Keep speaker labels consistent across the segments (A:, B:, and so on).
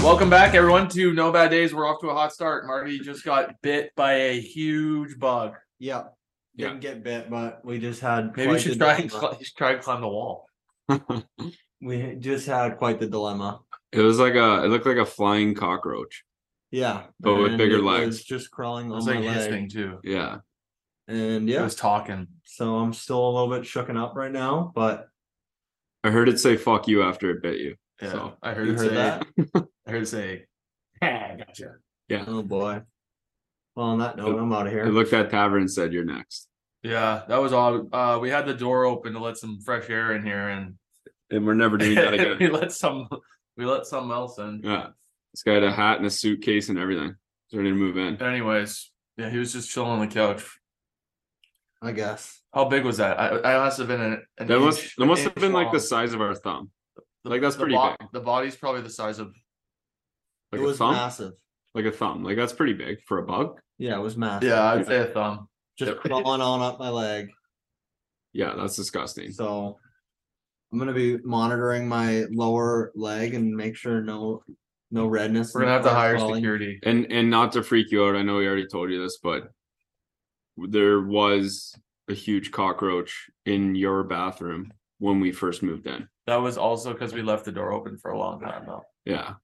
A: Welcome back, everyone, to No Bad Days. We're off to a hot start. Marty just got bit by a huge bug.
B: Yeah.
A: Yeah.
B: Didn't get bit, but we just had
A: Maybe you
B: quite
A: should
B: the
A: try and
B: dilemma.
A: cl- you should try and climb the wall.
B: we just had quite the dilemma.
C: It was like a. It looked like a flying cockroach.
B: Yeah.
C: But with
B: and
C: bigger
B: it
C: legs.
B: was just crawling
A: It
B: on
A: was
B: my
A: like
B: leg.
A: hissing too.
C: Yeah.
B: And
A: It
B: yeah,
A: was talking.
B: so I'm still a little bit shooken up right now, but
C: I heard it say "fuck you" after it bit you.
A: Yeah,
C: So,
A: I heard
B: you
A: it
B: heard
A: say.
B: that?
A: I heard it say. "Ah, gotcha.
B: Oh boy. Well, on that note, I'm out of here.
C: It looked at Tavern and said, "You're next."
A: Yeah, that was all. Uh, we had the door open to let some fresh air in here, and
C: And we're never doing that
A: we
C: again.
A: let some we let something else in.
C: yeah. This guy had a hat and a suitcase and everything. He's ready to move in.
A: Anyways, yeah, he was just chilling on the couch.
B: I guess.
A: How big was that? I I must have been an, an
C: That must
A: inch-
C: that
A: an
C: must have
A: inch
C: been like the
A: long.
C: size of our thumb,
A: The-
C: like, that's
A: the
C: pretty big.
A: The body's probably the size of
C: like
B: it
C: a
B: was
C: thumb,
B: massive.
C: like a thumb. Like that's pretty big for a bug.
B: Yeah, it was massive.
A: yeah, I'd say a thumb.
B: Just crawling on up my leg.
C: Yeah, that's disgusting.
B: So I'm gonna be monitoring my lower leg and make sure no no redness.
A: We're
B: in
A: gonna
B: the
A: have to
B: car
A: hire
B: crawling.
A: security.
C: And and not to freak you out, I know we already told you this, but there was a huge cockroach in your bathroom when we first moved in.
A: That was also because we left the door open for a long time though,
C: Yeah.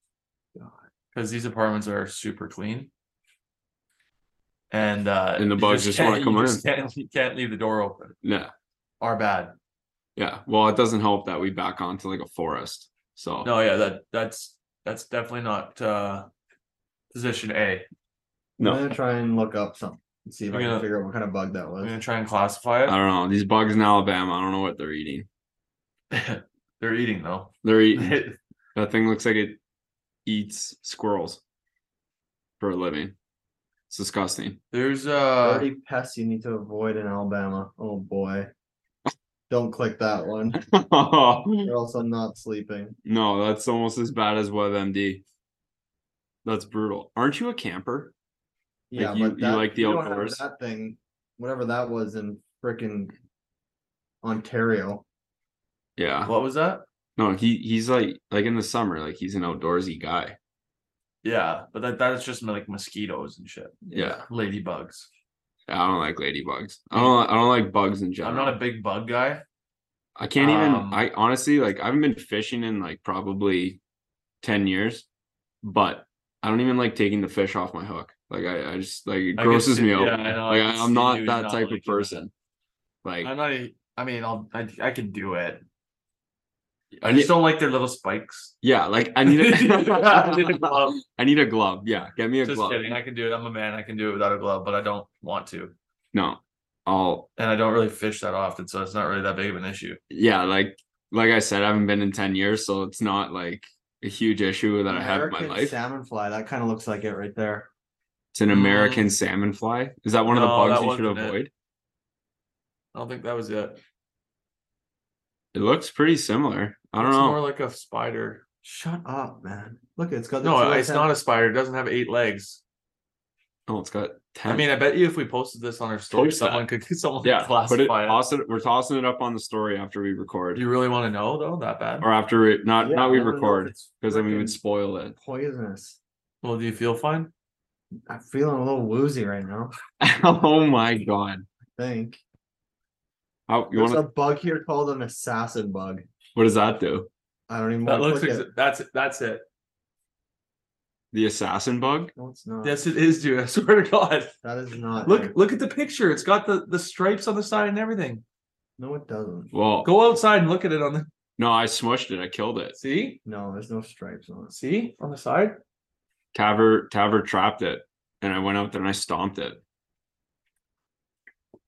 A: because these apartments are super clean. And uh,
C: And the
A: you
C: bugs just wanna
A: can't-
C: come
A: you just Can't, you can't leave the door open.
C: Yeah.
A: Our bad.
C: Yeah. Well, it doesn't help that we back onto like a forest. So
A: No, yeah, that that's that's definitely not uh position A.
B: I'm
C: no.
B: gonna try and look up something and see if
A: We're
B: I can
A: gonna-
B: figure out what kind of bug that
A: I'm
B: was.
A: gonna try and classify
C: I
A: it.
C: don't know. These bugs in Alabama, I don't know what they're eating.
A: They're eating though.
C: They're eating.
A: yeah,
C: that thing looks like it eats squirrels for a living. It's disgusting.
A: there's uh
B: 30 pests you need to avoid in Alabama. Oh boy. Don't click that one,
C: no,
B: or else I'm not sleeping.
C: that's almost as bad as WebMD. That's brutal. Aren't you a camper?
B: Yeah,
C: you-
B: but
C: you
B: that,
C: like the
B: we don't have
C: outdoors?
B: That thing, whatever that was in freaking Ontario.
C: Yeah.
A: what was that?
C: No, he he's like like in the summer, like he's an outdoorsy guy.
A: Yeah, but that that's just like mosquitoes and shit.
C: Yeah.
A: Ladybugs.
C: I don't like ladybugs. I don't I don't like bugs in general.
A: I'm not a big bug guy.
C: I can't even
A: Um,
C: I honestly like I haven't been fishing in like probably 10 years, but I don't even like taking the fish off my hook. Like I, I just like it
A: I can
C: grosses
A: see-
C: me out.
A: yeah, I know, I
C: like
A: can
C: I,
A: see
C: am not
A: you
C: that
A: not
C: type
A: liking
C: of
A: it.
C: person. Like
A: I'm not. A, I mean, I'll. I, I can do it. I
C: I need,
A: just don't like their little spikes.
C: yeah, like I need
A: I need a
C: a
A: glove.
C: I need a glove. Yeah, get me a
A: Just
C: glove.
A: kidding. I can do it. I'm a man. I can do it without a glove, but I don't want to,
C: No. I'll
A: and I don't really fish that often, so it's not really that big of an issue.
C: yeah, like like I said, I haven't been in 10 years, so it's not like a huge issue that I have in my
B: American
C: life.
B: salmon fly. That kind of looks like it right there.
C: It's an American salmon fly. Is that one of the
A: Mm-hmm. No,
C: bugs
A: that
C: you should
A: wasn't it.
C: avoid?
A: I don't think that was it.
C: It looks pretty similar. I don't
A: It's
C: know.
A: More like a spider.
B: Shut up, man. Look, it's got the
A: No,
B: two
A: it's
B: antenna-
A: not a spider. It doesn't have eight legs.
C: Oh, it's got 10.
A: I mean, I bet you if we posted this on our story,
C: Post that.
A: someone could someone could
C: yeah, but it,
A: classify it.
C: toss it, we're tossing it up on the story after we record
A: Do you really want to know though? That bad?
C: or after it, not,
B: Yeah,
C: not we
B: I wanna know if
C: record
B: it's
C: because then we
B: frickin'
C: would spoil it.
B: poisonous.
A: Well, do you feel fine?
B: I'm feeling a little woozy right now.
C: oh my God.
B: I think
C: How, you
B: there's
C: wanna,
B: a bug here called an assassin bug.
C: what does that do?
B: I don't even
A: That
B: want
A: looks.
B: to click
A: Ex-
B: it.
A: that's it. That's it.
C: The assassin bug?
B: No, it's not.
A: Yes, it is, dude. I swear to God.
B: That is not.
A: Look,
B: it.
A: look at the picture. It's got the the stripes on the side and everything.
B: No, it doesn't.
C: Well,
A: Go outside and look at it on the
C: no, I smushed it. I killed it.
A: see,
B: No, there's no stripes on it.
A: see on the side.
C: Taver, Taver trapped it and I went out there and I stomped it.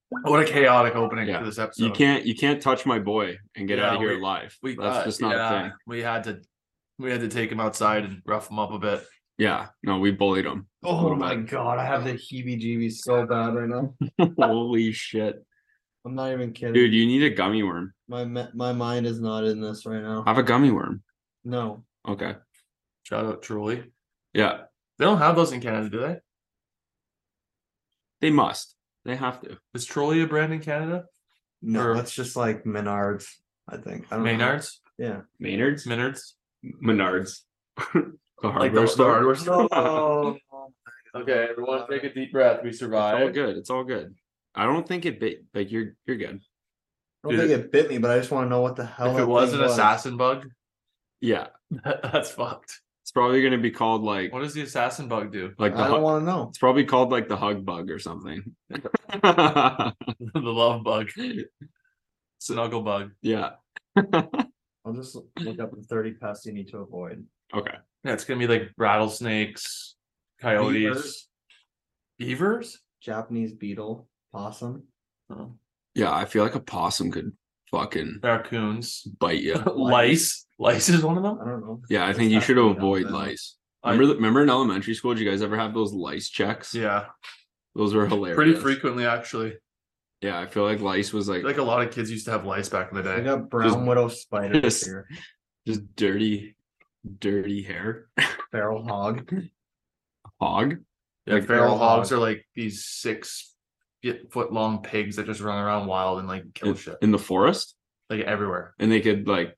A: What a chaotic opening
C: Yeah.
A: to this episode.
C: You can't you can't touch my boy and get out of
A: Yeah,
C: here
A: we-
C: alive.
A: We
C: That's
A: uh,
C: just not
A: yeah,
C: a thing.
A: We had to we had to take him outside and rough him up a bit.
C: Yeah, no, we bullied him.
B: Oh my god, I have the heebie-jeebies so bad right now.
C: Holy shit,
B: I'm not even kidding.
C: dude! You need a gummy worm.
B: My me- my mind is not in this right now.
C: Have a gummy worm.
B: No,
C: Okay.
A: Shout out Truly.
C: Yeah,
A: They don't have those in Canada, do they?
C: they must. They have to.
A: Is Truly a brand in Canada?
B: no,
A: Or-
B: that's just like Menards. I think. I don't know.
A: Maynard's?
B: Yeah.
C: Maynard's.
A: Menards?
C: Menards. the hardware
A: Like the, the
C: store.
A: hardware store?
B: Oh,
A: okay, everyone take a deep breath. We
C: It's all
A: survived.
C: good. It's all good. I don't think it bit like you're you're good.
B: I don't think it bit me, but I just want to know what the hell.
A: If
B: that
A: it was
B: thing
A: an assassin bug,
C: Yeah.
A: that's fucked.
C: It's probably gonna be called like
A: What does the assassin bug do?
C: like the
B: I don't
C: hu-
B: want to know.
C: it's probably called like the hug bug or something.
A: the love bug. Snuggle bug.
C: yeah.
B: I'll just look up the 30 pests you need to avoid.
C: Okay.
A: Yeah, it's gonna be like rattlesnakes, coyotes,
B: Beavers.
A: beavers.
B: Japanese beetle, possum.
A: Oh.
C: Yeah, I feel like a possum could fucking
A: raccoons,
C: bite you.
A: lice. Lice is one of them.
B: I don't know.
C: Yeah, I
B: It's
C: think you
B: not
C: should
B: really out
C: avoid
B: there.
C: lice.
A: I-
C: Remember, the, remember in elementary school, did you guys ever have those lice checks?
A: Yeah,
C: those were hilarious.
A: pretty frequently actually.
C: Yeah, I feel like lice was like,
A: Like a lot of kids used to have lice back in the
B: I
A: day.
B: got brown
C: Just-
B: widow spiders
C: Yes.
B: here.
C: just dirty, dirty hair.
B: Feral hog.
C: Hog.
A: Yeah,
C: Like
A: feral
B: feral
A: hogs
B: hogs.
A: are like these six feet- foot long pigs that just run around wild and like kill
C: in,
A: Oh, shit
C: in the forest,
A: like everywhere.
C: and they could like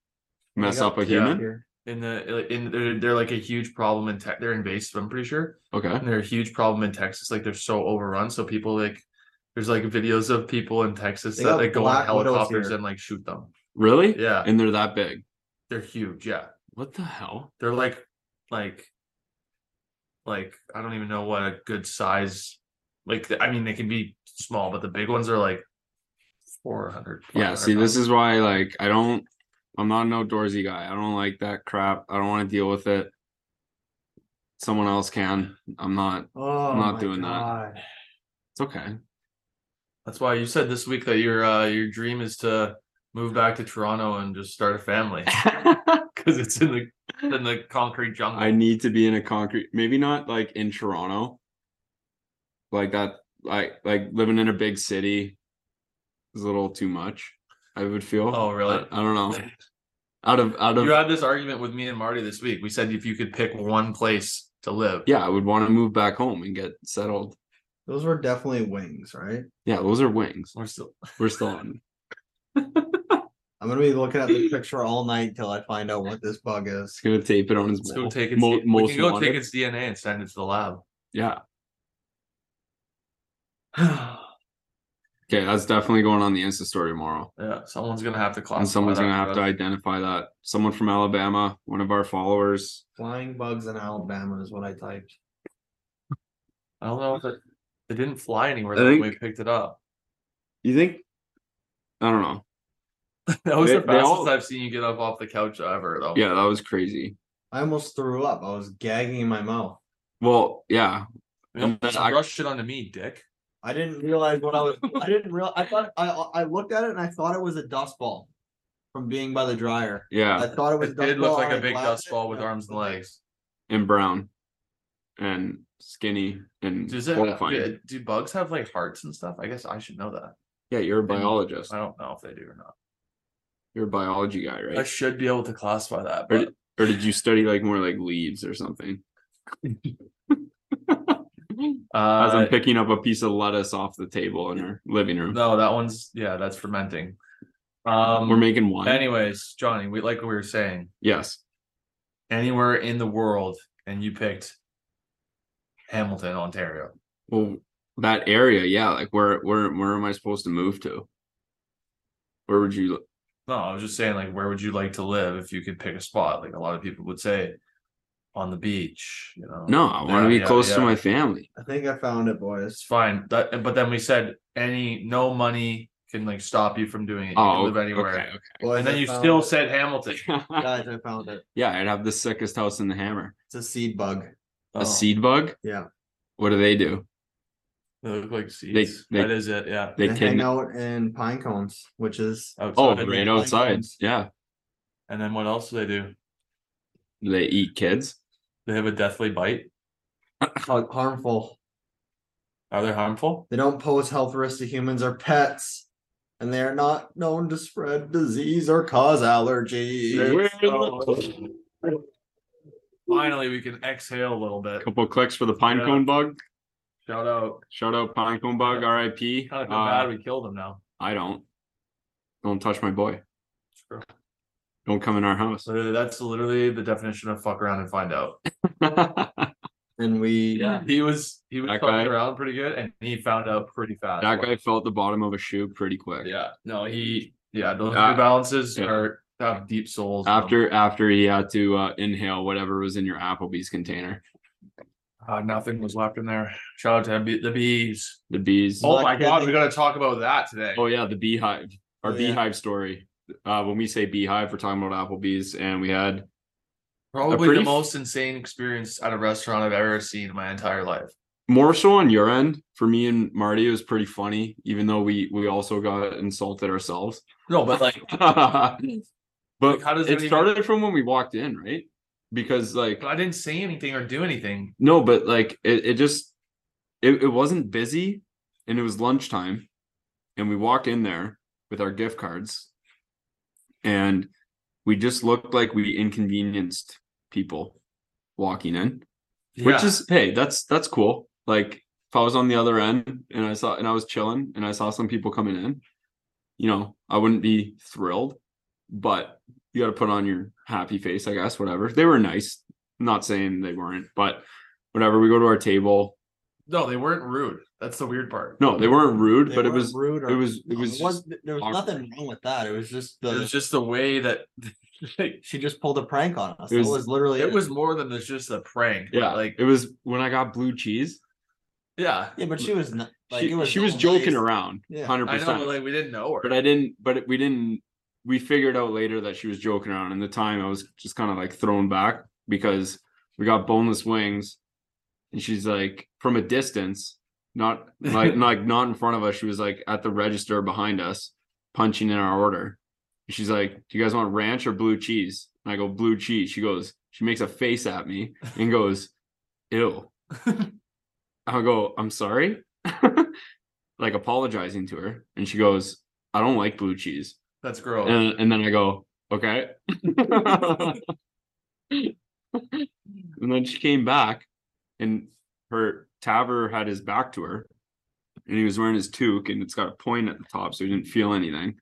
C: mess
B: I got
C: up a
B: two out
C: human.
B: here.
A: In the in they're, they're like a huge problem in tech. They're invasive. I'm pretty sure.
C: Okay.
A: and they're a huge problem in Texas. Like they're so overrun. So people like there's like videos of people in Texas
B: They
A: that
B: got
A: like go on
B: black widows
A: helicopters
B: here.
A: and like shoot them.
C: Really?
A: Yeah.
C: And they're that big.
A: They're huge. Yeah.
C: What the hell?
A: They're like like like I don't even know what a good size like I mean they can be small, but the big ones are like 400.
C: Yeah. See, this is why, like, I don't. I'm not an outdoorsy guy. I don't like that crap. I don't want to deal with it. Someone else can. I'm not.
B: Oh,
C: I'm not
B: my
C: doing that.
B: God.
C: It's okay.
A: That's why you said this week that your uh your dream is to move back to Toronto and just start a family because it's in the in the concrete jungle.
C: I need to be in a concrete, maybe not like in Toronto, like that, like like living in a big city is a little too much. I would feel.
A: Oh, really?
C: I, I don't know. Out of out of
A: You had this argument with me and Marty this week. We said if you could pick one place to live,
C: yeah, I would want to move back home and get settled.
B: Those were definitely wings, right?
C: Yeah, those are wings.
A: we're still
C: We're still on.
B: I'm gonna be looking at the picture all night till I find out what this bug is.
C: Just gonna tape it on his
A: let's
C: wall.
A: go take its.
C: Mo-
A: we
C: most
A: can go take
C: wanted.
A: its DNA and send it to the lab.
C: Yeah. Okay, that's definitely going on the Insta story tomorrow.
A: yeah, someone's gonna have to classify.
C: And someone's
A: that
C: gonna have
A: for
C: to
A: us.
C: identify that. Someone from Alabama, one of our followers.
B: Flying bugs in Alabama is what I typed.
A: I don't know if it. It didn't fly anywhere.
C: I
A: That
C: think-
A: we picked it up.
C: You think? I don't know.
A: That was
C: They-
A: the
C: they
A: fastest
C: all-
A: I've seen you get up off the couch ever, though.
C: Yeah, that was crazy.
B: I almost threw up. I was gagging in my mouth.
C: Well, yeah,
A: You know,
C: And then
A: just
C: I-
A: rush it onto me, Dick.
B: I didn't realize what I was. I didn't real. I thought I I looked at it and I thought it was a dust ball from being by the dryer. I
C: yeah,
B: thought it was. a
A: It
B: dust
A: did look
B: ball,
A: like
B: and
A: a
B: I
A: big
B: grabbed
A: dust
B: it,
A: ball with
B: and I
A: arms and
B: was like,
A: legs.
C: and brown, and skinny, and
A: Does it?
C: horrifying.
A: do- Do bugs have like hearts and stuff? I guess I should know that.
C: Yeah, you're a biologist.
A: I don't know if they do or not.
C: You're a biology guy,
A: I
C: right?
A: should be able to classify that.
C: Or
A: But
C: Or did you study like more like leaves or something? As
A: uh,
C: I'm picking up a piece of lettuce off the table in our living room,
A: No, that one's yeah, that's fermenting.
C: we're
A: Um
C: making wine.
A: anyways, Johnny, we like we were saying,
C: yes,
A: anywhere in the world and you picked Hamilton, Ontario.
C: well, that area, yeah. Like, where, where, where am I supposed to move to? Where would you?
A: No, I was just saying like where would you like to live if you could pick a spot? Like a lot of people would say on the beach, you know.
C: No, I want to
A: Oh, Yeah,
C: be
A: yeah,
C: close to
A: yeah.
C: my family.
B: I think I found it, boys.
A: It's fine. That but then we said any no money can like stop you from doing it. You
C: Oh,
A: can live anywhere.
C: okay,
B: Boys,
A: And then
B: I
A: you
B: found
A: still
B: it.
A: said Hamilton.
C: okay.
B: Guys, I found it.
C: Yeah, I'd have the sickest house in the hammer.
A: Oh.
B: It's a seed bug.
C: A seed bug?
B: Yeah.
C: What do they do?
A: They look like seeds.
C: they-
A: that is it. Yeah.
C: They
B: They hang
C: kidnap.
B: out in pine cones, which is
C: Oh,
A: Outside.
C: right
B: yeah.
C: outside. Yeah,
A: And then what else do they do?
C: they eat kids.
A: They have a deathly bite.
B: har- harmful.
A: Are they harmful?
B: They don't pose health risks to humans or pets, and they are not known to spread disease or cause allergies.
C: A
A: Finally, we can exhale a little bit.
C: couple clicks for the pine
A: Yeah.
C: cone bug.
A: Shout out.
C: Shout out pine cone bug. R.I.P.
A: Kind of
C: Uh,
A: bad we killed them now.
C: I don't. Don't touch my boy.
A: True.
C: Don't come in our house.
A: So that's literally the definition of fuck around and find out.
C: that
B: And we
A: Yeah. He was he was
C: That
A: fucking
C: guy-
A: around pretty good and he found out pretty fast.
C: guy felt the bottom of a shoe pretty quick.
A: Yeah. No, he yeah, those
C: Uh,
A: new balances
C: yeah.
A: are have deep souls.
C: After after he had to uh, inhale whatever was in your Applebee's container,
A: uh, nothing was left in there. Shout out to MB the bees.
C: the bees.
A: Oh
B: Like,
A: my
B: I
A: god,
B: think-
A: we gotta talk about that today.
C: Oh yeah, the beehive. Our
B: Oh, yeah.
C: beehive story. Uh, when we say beehive, we're talking about Applebee's, and we had
A: Probably
C: pretty
A: the
C: f-
A: most insane experience at a restaurant I've ever seen in my entire life.
C: more so on your end. For me and Marty, it was pretty funny, even though we we also got insulted ourselves.
A: No, but like
C: but
A: Like, how does it
C: it
A: even-
C: started from when we walked in, right? Because like
A: I didn't say anything or do anything.
C: No, but like it, it just it, it wasn't busy and it was lunchtime. And we walk in there with our gift cards and we just looked like we inconvenienced people walking in. Which is hey, that's that's cool. Like if I was on the other end and I saw and I was chilling and I saw some people coming in, you know, I wouldn't be thrilled. But you gotta put on your happy face, I guess, whatever. They were nice. I'm not saying they weren't, but whatever. We go to our table.
A: no, they weren't rude. That's the weird part.
C: No, they weren't rude,
B: they
C: but it
B: weren't
C: was
B: rude.
C: it was it
B: it
C: was just,
B: wasn't- there was
C: awkward.
B: nothing wrong with that. It was just
A: It
B: the
A: was just the way that like,
B: she just pulled a prank on us.
C: It
B: It
C: was-
B: was, literally
A: it was more than there's just a prank.
C: yeah,
A: like
C: it was when I got blue cheese.
A: yeah,
B: Yeah, but she was not like
C: she,
B: it was
C: she was
B: nice.
C: joking around,
B: Yeah.
C: hundred
A: I know.
C: percent.
A: but, Like we didn't know her.
C: but I didn't. But we didn't. We figured out later that she was joking around. And the time I was just kind of like thrown back because we got boneless wings, and she's like from a distance, not like like not in front of us. She was like at the register behind us, punching in our order. And she's like, "Do you guys want ranch or blue cheese?" And I go, "Blue cheese." She goes, she makes a face at me and goes, "Ew." I go, "I'm sorry." like apologizing to her and she goes I don't like blue cheese.
A: That's gross.
C: And, and then I go, okay. and then she came back and her Taver had his back to her and he was wearing his toque and it's got a point at the top. So he didn't feel anything.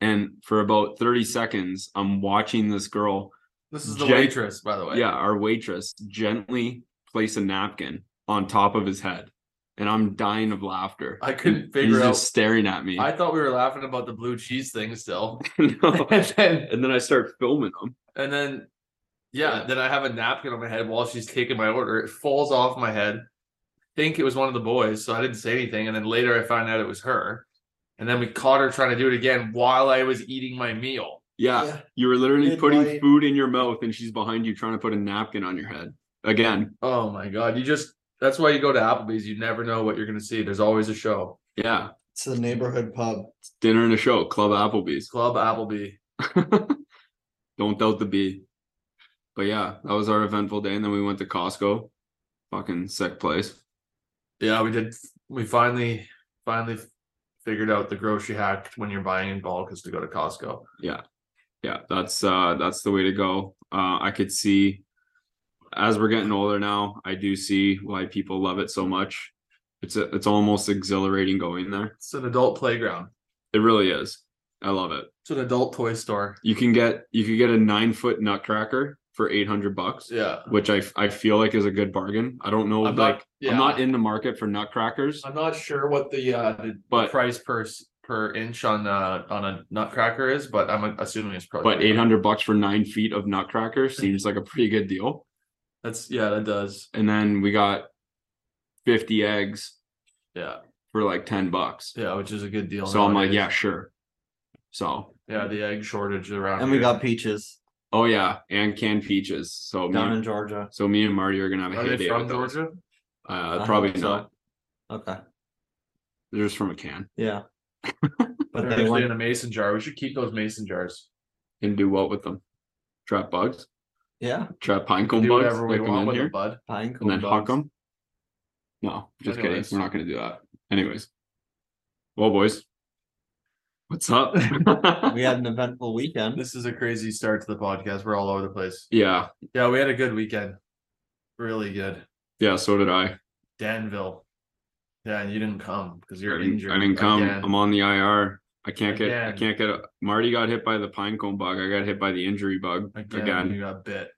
C: And for about 30 seconds, I'm watching this girl,
A: this is the
C: Jen-
A: waitress, by the way.
C: yeah, our waitress, gently place a napkin on top of his head. And I'm dying of laughter.
A: I couldn't
C: And
A: figure
C: he's
A: out-
C: just staring at me.
A: I thought we were laughing about the blue cheese thing still,
C: No.
A: and then
C: and then I start filming them.
A: and then yeah, then I have a napkin on my head while she's taking my order. It falls off my head. Think it was one of the boys, so I didn't say anything. And then later I found out it was her. And then we caught her trying to do it again while I was eating my meal.
C: Yeah,
B: Yeah.
C: you were literally
B: Mid-bite.
C: putting food in your mouth, and she's behind you trying to put a napkin on your head again.
A: Oh my god! You just that's why you go to Applebee's. You never know what you're gonna see. There's always a show.
C: Yeah,
B: It's the neighborhood pub.
C: it's dinner and a show, Club Applebee's.
A: Club Applebee.
C: Don't doubt the bee. But yeah, that was our eventful day, and then we went to Costco. Fucking sick place.
A: Yeah, we did. We finally, finally figured out the grocery hack when you're buying in bulk is to go to Costco.
C: yeah that's uh that's the way to go uh i could see as we're getting older now i do see why people love it so much it's a, it's almost exhilarating going there
A: It's an adult playground.
C: it really is i love it
A: It's an adult toy store.
C: you can get you could get a nine foot nutcracker for 800 bucks
A: Yeah,
C: which i i feel like is a good bargain i don't know
A: I'm
C: like
A: not. Yeah,
C: i'm not in the market for nutcrackers
A: I'm not sure what the uh the
C: But-
A: price per s- per inch on uh on a nutcracker is, but I'm assuming it's probably
C: but 800 bucks for nine feet of nutcracker seems like a pretty good deal
A: That's yeah, that does.
C: and then we got 50 eggs
A: Yeah,
C: for like 10 bucks
A: yeah, which is a good deal.
C: So I'm like,
A: nowadays.
C: yeah, sure. So,
A: yeah, the egg shortage around.
B: And we
A: here.
B: got peaches
C: oh yeah, and canned peaches. So
B: down
C: me,
B: in Georgia.
C: so me and Marty are gonna have a
A: Are
C: heyday.
A: they from
C: with those.
A: Georgia?
C: Uh,
B: don't
C: probably
B: think so.
C: not.
B: Okay.
C: They're just from a can.
B: Yeah.
A: They're
B: but they
A: actually
B: went,
A: in a mason jar. We should keep those mason jars.
C: And do what with them? Trap bugs?
B: yeah,
C: Trap pine cone
A: do
C: bugs?
A: whatever we
C: Like them
A: want
C: in
A: with
C: here?
A: a bud.
B: pine
C: and
B: cone
C: then huck
B: bugs.
C: them. No, just kidding.
A: Anyways.
C: We're not going to do that. Anyways, well, boys, what's up?
B: We had an eventful weekend.
A: This is a crazy start to the podcast. We're all over the place.
C: yeah,
A: Yeah, we had a good weekend. Really good.
C: yeah. So did I.
A: Danville. Yeah, and you didn't come because
C: I
A: you're
C: didn't,
A: injured.
C: I didn't come.
A: again.
C: I'm on the IR. I can't get. I
A: Again.
C: can't get. A, Marty got hit by the pine cone bug. I got hit by the injury bug
A: Again,
C: again.
A: You got bit.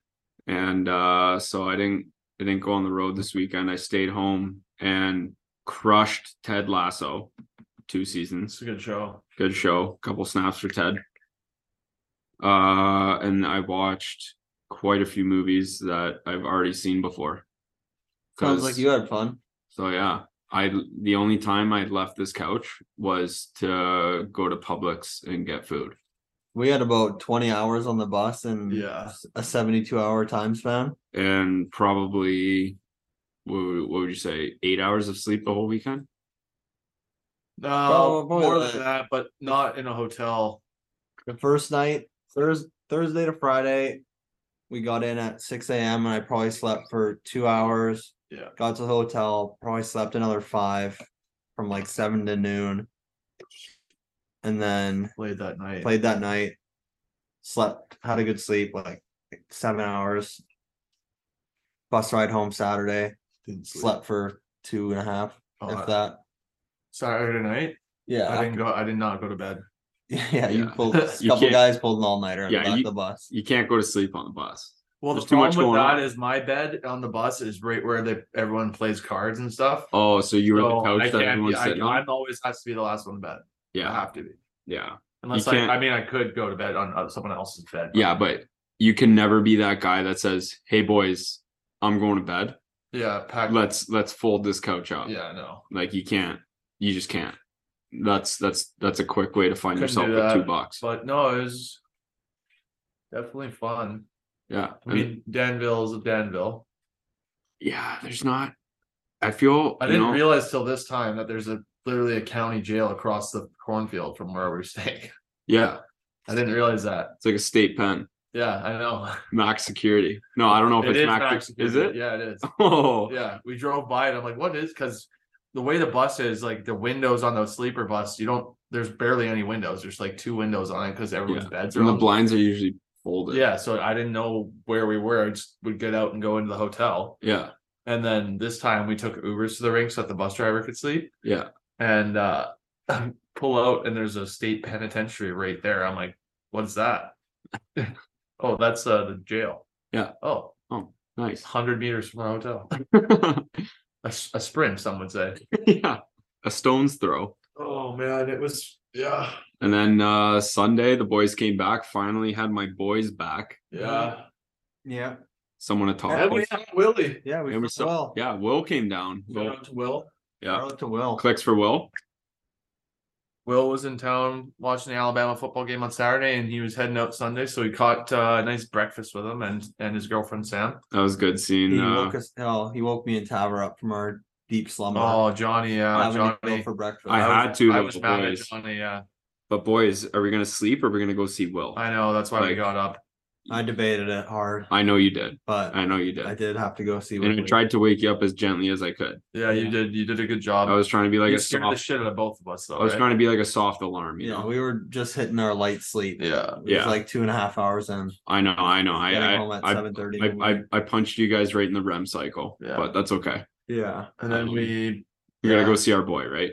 C: and uh so i didn't i didn't go on the road this weekend i stayed home and crushed ted lasso two
A: It's
C: seasons
A: a good show.
C: good show couple snaps for ted uh and i watched quite a few movies that i've already seen before
B: Sounds like
C: 'Cause-
B: you had fun.
C: so yeah i the only time i left this couch was to go to publix and get food
B: We had about 20 hours on the bus and
A: Yeah.
B: s- a 72 hour time span.
C: and probably what would, what would you say eight hours of sleep the whole weekend
A: No,
B: Probably
A: more
B: like-
A: than that, but not in a hotel.
B: The first night, Thursday, Thursday to Friday, we got in at 6 a.m. and I probably slept for two hours.
A: Yeah.
B: Got to the hotel, probably slept another five from like seven to noon. And then
A: Played that night.
B: played that night, slept, had a good sleep, like seven hours. Bus ride home Saturday,
A: Didn't sleep.
B: slept for two and a half,
A: Oh,
B: if
A: I-
B: that.
A: Saturday night.
B: Yeah,
A: I didn't go. I did not go to bed.
B: yeah, you
C: Yeah.
B: pulled
A: You
B: a couple
C: can't-
B: guys pulled an all nighter and
C: Yeah,
B: left
C: you-
B: the bus.
C: you can't go to sleep on the bus.
A: Well,
C: There's
A: the
C: too much
A: problem with
C: going
A: that
C: on.
A: is my bed on the bus is right where they everyone plays cards and stuff.
C: Oh, so you were
A: So
C: the couch
A: I can't
C: that
A: be,
C: everyone's
A: I,
C: sitting on?
A: I'm always has to be the last one in bed. I
C: Yeah,
A: have to be.
C: yeah,
A: Unless
C: You
A: I,
C: can't-
A: I mean, I could go to bed on uh, someone else's bed.
C: yeah. But you can never be that guy that says, "Hey, boys, I'm going to bed.
A: Yeah. Pack.
C: Let's let's fold this couch up."
A: yeah. No.
C: Like you can't. You just can't. That's that's that's a quick way to find
A: Couldn't
C: yourself
A: do
C: with two
A: that.
C: bucks.
A: But no, it was definitely fun.
C: Yeah,
A: I
C: and-
A: mean, Danville's a Danville.
C: yeah. There's not. I feel
A: I
C: you
A: didn't
C: know,
A: realize till this time that there's a literally a county jail across the cornfield from where we're staying.
C: Yeah,
A: I didn't realize that.
C: it's like a state pen,
A: Yeah, I know.
C: max security. No, I don't know if
A: It
C: it's
A: is
C: max.
A: max
C: Is
A: security.
C: it?
A: Yeah, it is.
C: Oh,
A: Yeah, we drove by it. I'm like, what is? Because the way the bus is, like the windows on those sleeper bus, you don't. There's barely any windows. There's like two windows on it because everyone's beds are
C: and the
A: on.
C: blinds are usually folded.
A: Yeah, so I didn't know where we were. I just would get out and go into the hotel,
C: yeah,
A: and then this time we took Ubers to the rink so that the bus driver could sleep.
C: yeah.
A: and uh pull out and there's a state penitentiary right there i'm like what's that oh that's uh the jail
C: Yeah.
A: oh
C: Nice.
A: 100 meters from our hotel a, s- a sprint some would say
C: yeah, a stone's throw.
A: oh man it was yeah
C: And then uh Sunday, the boys came back. Finally, had my boys back.
A: yeah
B: Yeah,
C: Someone to talk.
A: and
C: to.
A: we have willie
B: yeah, we
C: And we
B: slept
C: saw-
B: well.
C: yeah, Will came down.
A: Shout
C: Will,
A: out to will
C: yeah,
B: Shout out to Will.
C: clicks for Will.
A: will was in town watching the alabama football game on saturday and he was heading out sunday so he caught uh, a nice breakfast with him and and his girlfriend sam
C: That was good
B: He
C: seeing. Uh,
B: woke us. Oh, he woke me and Taver up from our deep
C: Um,
B: slumber.
A: oh johnny yeah
B: having to go
A: johnny
B: for breakfast.
C: I
A: was-
C: had to.
A: i
C: though,
A: was mad at
C: boys.
A: johnny uh, yeah
C: But boys, are we gonna sleep or are we gonna go see Will? I,
A: I know that's why we
C: Like-
A: got up.
B: I debated it hard,
C: know you did.
B: but
C: I know you
B: I
C: did.
B: did have to go see.
C: and I
B: Whitley.
C: tried to wake you up as gently as I could.
A: Yeah, you
B: Yeah.
A: did. You did a good job.
C: I was trying to be like
A: Oh, you
C: a
A: scared the
C: soft.
A: shit out of both of us though.
C: I was
A: right?
C: trying to be like a soft alarm. You
B: Yeah,
C: know.
B: we were just hitting our light sleep.
A: Yeah.
B: It was
C: Yeah.
B: like two and a half hours in.
C: I know. I know. I
B: Getting
C: I,
B: home at
C: I,
B: seven thirty.
C: I, I I punched you guys right in the REM cycle.
A: Yeah.
C: But that's okay.
B: yeah.
A: And then we
C: We gotta
A: Yeah.
C: go see our boy, right?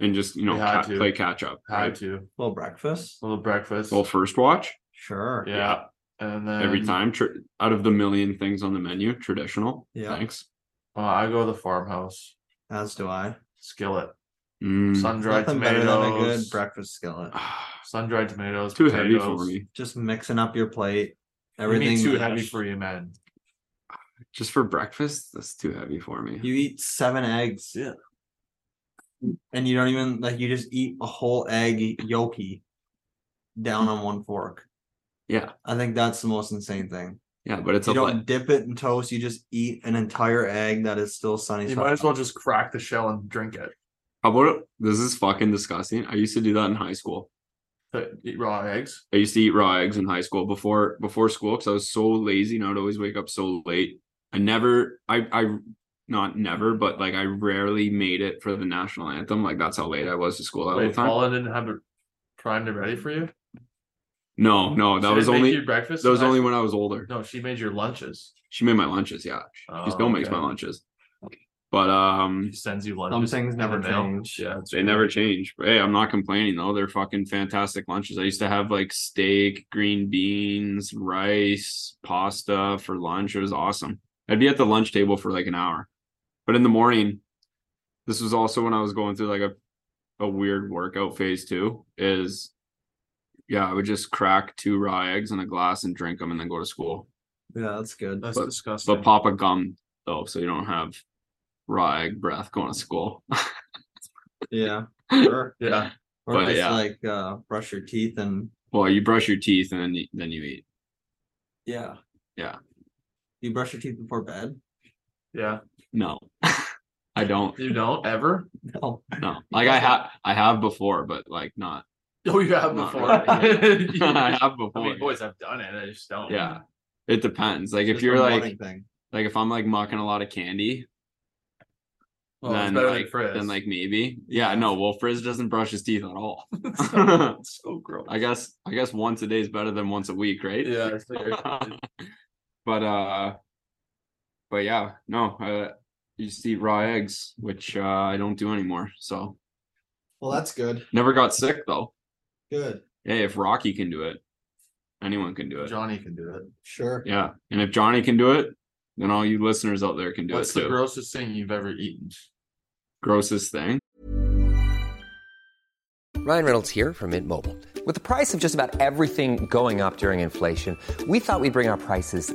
C: And just you know
A: We had
C: ca-
A: to.
C: play catch up.
A: had
C: Right?
A: to
B: Well, breakfast.
A: a little breakfast.
C: Well, first watch
B: Sure.
A: yeah. and then
C: every time. Tr- out of the million things on the menu, traditional.
B: Yeah.
C: Thanks.
A: uh, I go to the farmhouse
B: As do I.
A: skillet,
C: Mm.
A: sun dried
B: Nothing better than a good
A: tomatoes,
B: breakfast skillet.
A: sun dried tomatoes.
C: Too heavy for
A: potatoes.
C: me.
B: Just mixing up your plate.
A: You mean
B: Everything
A: too
B: mashed.
A: heavy for you, man.
C: Just for breakfast, that's too heavy for me.
B: You eat seven eggs.
A: Yeah.
B: And you don't even like you just eat a whole egg yolky down on one fork.
C: Yeah.
B: I think that's the most insane thing.
C: Yeah, but it's
B: you
C: a
B: don't
C: le-
B: dip it in toast. You just eat an entire egg that is still sunny
A: You
B: side
A: might as
B: up.
A: well just crack the shell and drink it.
C: How about this is fucking disgusting. I used to do that in high school.
A: But eat raw eggs.
C: I used to eat raw eggs in high school before before school because I was so lazy and I would always wake up so late. I never I I not never, but like I rarely made it for the national anthem. Like that's how late I was to school that whole
A: Wait,
C: time.
A: Paula didn't have it primed and ready for you.
C: No, Oh, no, that
A: She
C: was
A: didn't make
C: only
A: you breakfast.
C: that was
A: in high
C: only
A: school?
C: when I was older.
A: No, she made your lunches.
C: She made my lunches, yeah. She
A: Oh,
C: still makes
A: okay.
C: my lunches. But um
A: She sends you lunches.
B: Some things
A: in the
B: never
A: mail.
B: change.
A: Yeah,
C: They never change. But hey, I'm not complaining though. They're fucking fantastic lunches. I used to have like steak, green beans, rice, pasta for lunch. It was awesome. I'd be at the lunch table for like an hour. But in the morning, this was also when I was going through like a a weird workout phase too. Is yeah, I would just crack two raw eggs in a glass and drink them and then go to school.
B: Yeah, that's good.
A: that's
C: But-
A: disgusting.
C: But pop a gum though, so you don't have raw egg breath going to school.
B: Yeah. Sure.
A: yeah,
B: Or
C: But
B: just
C: yeah.
B: like uh, brush your teeth and
C: well, you brush your teeth and then you, then you eat.
B: yeah.
C: Yeah.
B: You brush your teeth before bed?
A: yeah.
C: No, I don't.
A: You don't ever?
B: No.
C: No, like I have, I have before, but like not.
A: Oh, you have
C: Not
A: before.
C: really.
A: You-
C: I have
A: I
C: before.
A: mean, boys, I've done it. I just don't.
C: Yeah, it depends. Like if
B: Just
C: you're
B: a
C: like,
B: morning thing.
C: like if I'm like mucking a lot of candy,
A: Well, it's
C: then
A: better
C: like,
A: than Frizz.
C: then like maybe. Yeah, no. Well, Frizz doesn't brush his teeth at all.
A: so, so gross.
C: oh, I guess, I guess once a day is better than once a week, right?
A: Yeah. it's like-
C: but uh but yeah no uh you just eat raw eggs which uh i don't do anymore so
B: Well, that's good.
C: never got sick though
B: Good.
C: hey if rocky can do it anyone can do it
A: Johnny can do it.
B: Sure.
C: yeah and if johnny can do it then all you listeners out there can do
A: What's
C: it
A: the
C: too
A: grossest thing you've ever eaten?
C: grossest thing
D: Ryan Reynolds here from Mint Mobile. With the price of just about everything going up during inflation, we thought we'd bring our prices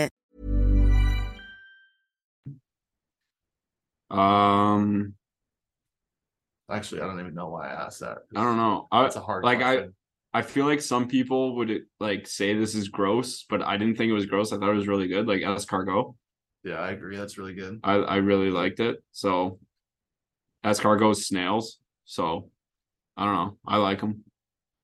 C: um
A: Actually, I don't even know why I asked that.
C: i don't know I,
A: That's a hard
C: like i
A: question.
C: I feel like some people would like say this is gross, but I didn't think it was gross. I thought it was really good, like escargot.
A: Yeah, I agree. That's really good.
C: I I really liked it. So escargot snails. So I don't know. I like them,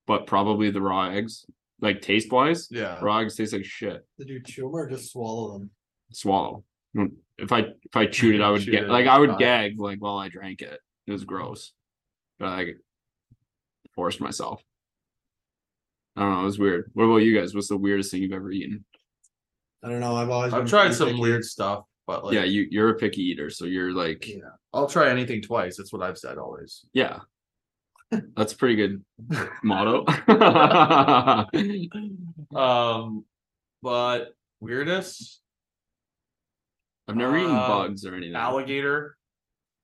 C: but probably the raw eggs. Like taste wise,
A: Yeah.
C: raw eggs taste like shit.
B: Did you chew 'em or just swallow them?
C: Swallow. Mm, If I if I chewed it, I would
A: Chewed
C: get
A: it.
C: like I would
A: Uh,
C: gag like while I drank it. It was gross, but I forced myself. I don't know. It was weird. What about you guys? What's the weirdest thing you've ever eaten?
B: I don't know. I've always
A: I've
B: been
A: tried
B: pretty
A: some
B: picky.
A: weird stuff, but like
C: yeah, you you're a picky eater, so you're like
A: Yeah. I'll try anything twice. That's what I've said always.
C: yeah. That's a pretty good motto.
A: Um, but weirdest
C: I've never eaten
A: Uh,
C: bugs or anything.
A: alligator,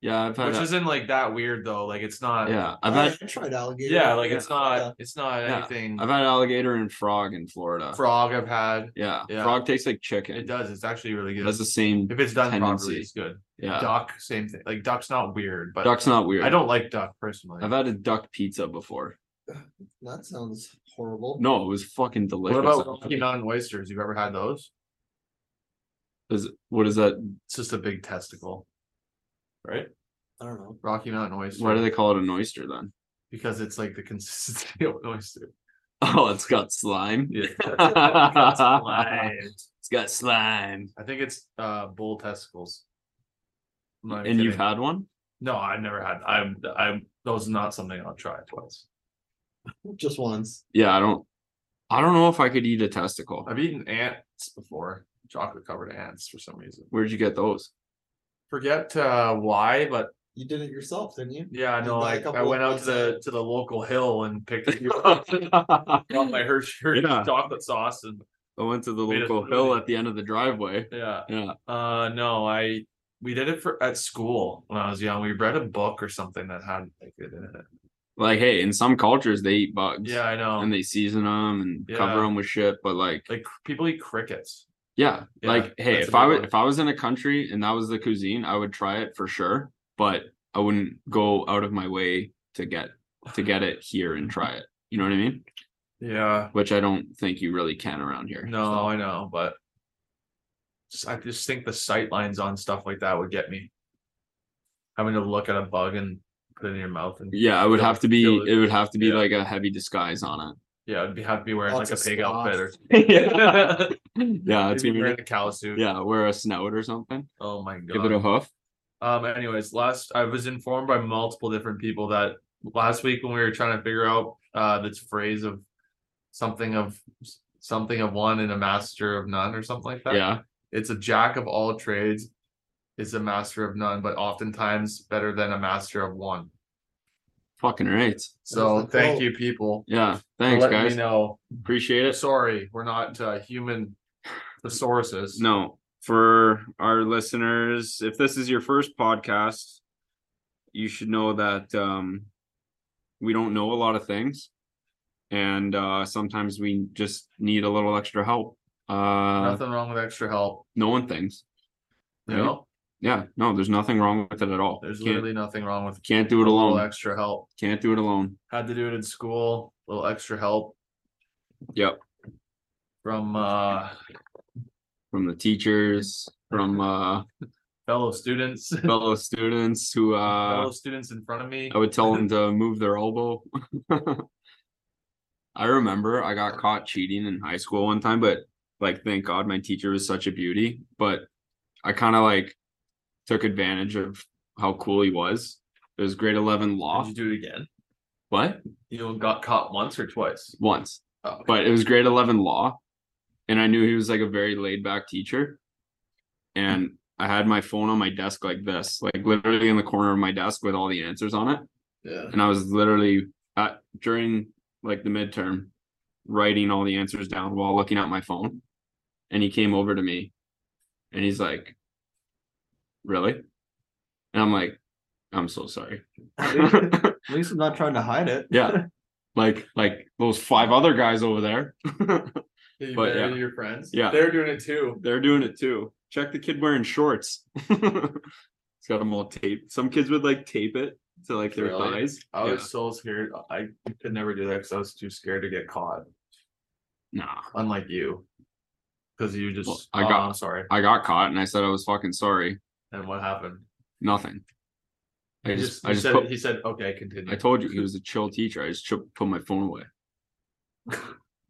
C: yeah, I've had
A: which
C: a-
A: isn't like that weird though. Like it's not.
C: yeah, I've
B: I-
C: had
B: I tried alligator.
A: Yeah, like it's not.
B: Yeah.
A: It's not
C: Yeah.
A: anything.
C: I've uh, had alligator and frog in Florida.
A: frog. I've had.
C: Yeah.
A: Yeah.
C: frog tastes like
A: It
C: chicken.
A: does. It's actually really
C: It
A: good.
C: has the same.
A: if it's done
C: tendency.
A: properly, it's good.
C: Yeah,
A: Duck, same thing. Like duck's not weird, but
C: duck's not weird.
A: I don't like duck personally.
C: I've had a duck pizza before.
B: That sounds horrible.
C: No, it was fucking delicious.
A: what about Rocky Mountain oysters? You've ever had those?
C: Is- what is that?
A: It's just a big testicle, right?
B: I don't know.
A: Rocky Mountain oyster.
C: Why do they call it an oyster then?
A: Because it's like the consistency of an oyster.
C: Oh, it's got slime.
A: Yeah.
C: That's slime.
A: I
C: It's got slime.
A: think it's uh bull testicles. I'm not even
C: And you've
A: kidding.
C: had one?
A: No, I've never had. I'm. I'm. That was not something I'll try twice.
B: Just once.
C: Yeah, I don't. I don't know if I could eat a testicle.
A: I've eaten ants before, chocolate covered ants for some reason.
C: Where'd you get those?
A: Forget uh, why, but
B: You did it yourself, didn't you?
A: yeah, I know.
B: Like
A: Like
B: a
A: I went out to the to the local hill and picked a few up. Got my Hershey
C: Yeah.
A: chocolate sauce and
C: I went to the
A: Made us
C: local
A: really-
C: hill at the end of the driveway.
A: yeah.
C: Yeah.
A: Uh no, I we did it for at school when I was young. We read a book or something that had like it in it.
C: Like, hey, in some cultures they eat bugs.
A: Yeah, I know.
C: And they season them and cover
A: Yeah.
C: them with shit. But like,
A: like cr- people eat crickets.
C: yeah,
A: Yeah,
C: like, hey,
A: that's a
C: if I
A: big
C: would,
A: one.
C: if I was in a country and that was the cuisine, I would try it for sure. But I wouldn't go out of my way to get to get it here and try it. You know what I mean?
A: Yeah.
C: Which I don't think you really can around here.
A: No,
C: so.
A: I know, but s- I just think the sight lines on stuff like that would get me. Having to look at a bug and put it in your mouth and
C: Yeah, I would
A: Kill
C: have
A: it-
C: to be.
A: kill it.
C: It would have to be
A: Yeah.
C: like a heavy disguise on
A: yeah, I'd be have to be wearing
B: Lots
A: like a
B: of
A: pig
B: sloth.
A: outfit or
C: it. yeah, that's
A: maybe wearing
C: even.
A: a cow suit.
C: Yeah, wear a snout or something.
A: Oh my god.
C: Give it a hoof.
A: Um, anyways, last I was informed by multiple different people that last week when we were trying to figure out uh this phrase of something of something of one and a master of none or something like that.
C: Yeah,
A: It's a jack of all trades is a master of none, but oftentimes better than a master of one.
C: fucking right.
A: So
B: the
A: thank
B: quote.
A: you people.
C: Yeah,
A: for
C: thanks
A: letting
C: guys.
A: Me know.
C: Appreciate it.
A: Sorry, we're not uh, human thesauruses.
C: No, for our listeners, if this is your first podcast, you should know that um, we don't know a lot of things, and uh, sometimes we just need a little extra help. Uh,
A: nothing wrong with extra help.
C: knowing things.
A: You
C: Right.
A: know,
C: Yeah, no, there's nothing wrong with it at all.
A: there's
C: Can't-
A: literally nothing wrong with
C: Can't do it
A: a little
C: alone.
A: extra help.
C: Can't do it alone.
A: had to do it in school a little extra help
C: Yep.
A: from uh
C: From the teachers, from uh
A: fellow students
C: fellow students who uh
A: fellow students in front of me
C: I would tell them to move their elbow. I remember I got caught cheating in high school one time, but like thank God my teacher was such a beauty. But I kind of like took advantage of how cool he was. It was grade eleven law.
A: did you do it again
C: what?
A: you got caught once or twice
C: Once.
A: oh,
C: but it was grade 11 law and i knew he was like a very laid back teacher and i had my phone on my desk like this like literally in the corner of my desk with all the answers on it
A: yeah
C: and i was literally at during like the midterm writing all the answers down while looking at my phone and he came over to me and he's like really and i'm like i'm so sorry
B: At least, at least I'm not trying to hide it.
C: yeah like like those five other guys over there
A: you
C: But,
A: but,
C: yeah.
A: your friends
C: Yeah.
A: they're doing it too
C: They're doing it too. Check the kid wearing shorts. He's got them all taped. Some kids would like tape it to like their
A: Really?
C: thighs.
A: i
C: Yeah.
A: was so scared i could never do that because i was too scared to get caught
C: Nah.
A: unlike you because you just
C: Well, I
A: oh,
C: got-
A: i'm sorry
C: I got caught and I said I was fucking sorry.
A: and what happened
C: Nothing. I
A: He
C: just, I
A: he
C: just
A: said
C: put,
A: he said okay continue
C: I told you he was a chill teacher. I just ch- put my phone away. It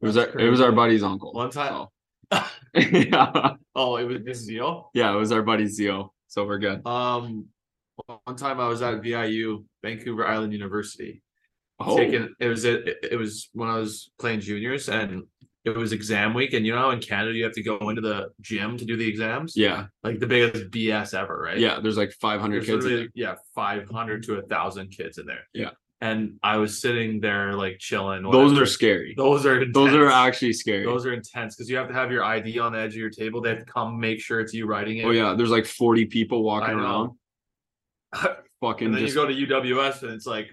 C: was our,
A: That's
C: it was our
A: crazy.
C: buddy's uncle.
A: One
C: Oh.
A: time-
C: so. yeah.
A: oh it was just zeal
C: yeah, it was our buddy's Zio. So we're good.
A: Um, one time I was at VIU, Vancouver Island University.
C: Oh,
A: Taking it was it, it was when I was playing juniors, and it was exam week. And you know how in Canada you have to go into the gym to do the exams,
C: yeah,
A: like the biggest BS ever, right?
C: yeah. There's like 500
A: There's
C: kids. in
A: literally, yeah, five hundred to a thousand kids in there.
C: Yeah.
A: and I was sitting there like chilling.
C: there. Those
A: whatever.
C: are scary.
A: those are
C: Those are
A: intense.
C: actually scary.
A: those are intense because you have to have your ID on the edge of your table. They have to come make sure it's you writing it.
C: Oh yeah, there's like 40 people walking
A: I
C: around.
A: know.
C: Fucking
A: and then
C: just
A: you go to UWS and it's like,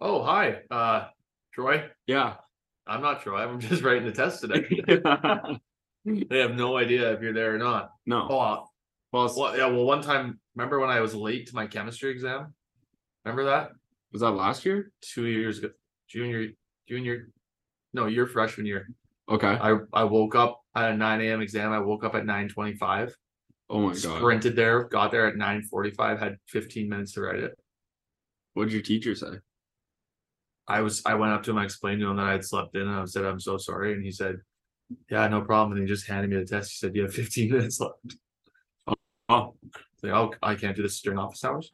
A: oh hi, uh, Troy.
C: yeah.
A: I'm not Troy. I'm just writing the test today. they have no idea if you're there or not.
C: no.
A: Oh, uh,
C: Well, s-
A: well, yeah. Well, one time, remember when I was late to my chemistry exam? Remember that?
C: was that last year?
A: Two years ago, junior, junior, no, your freshman year.
C: Okay.
A: I I woke up at a 9 a.m. exam. I woke up at 9:25.
C: Oh my god.
A: Sprinted there, got there at 9:45. Had 15 minutes to write it.
C: What did your teacher say?
A: I was I went up to him, I explained to him that I had slept in, and I said, I'm so sorry. And he said, Yeah, no problem. And he just handed me the test. He said, You have 15 minutes left.
C: Oh,
A: I was like, oh, I can't do this during office hours.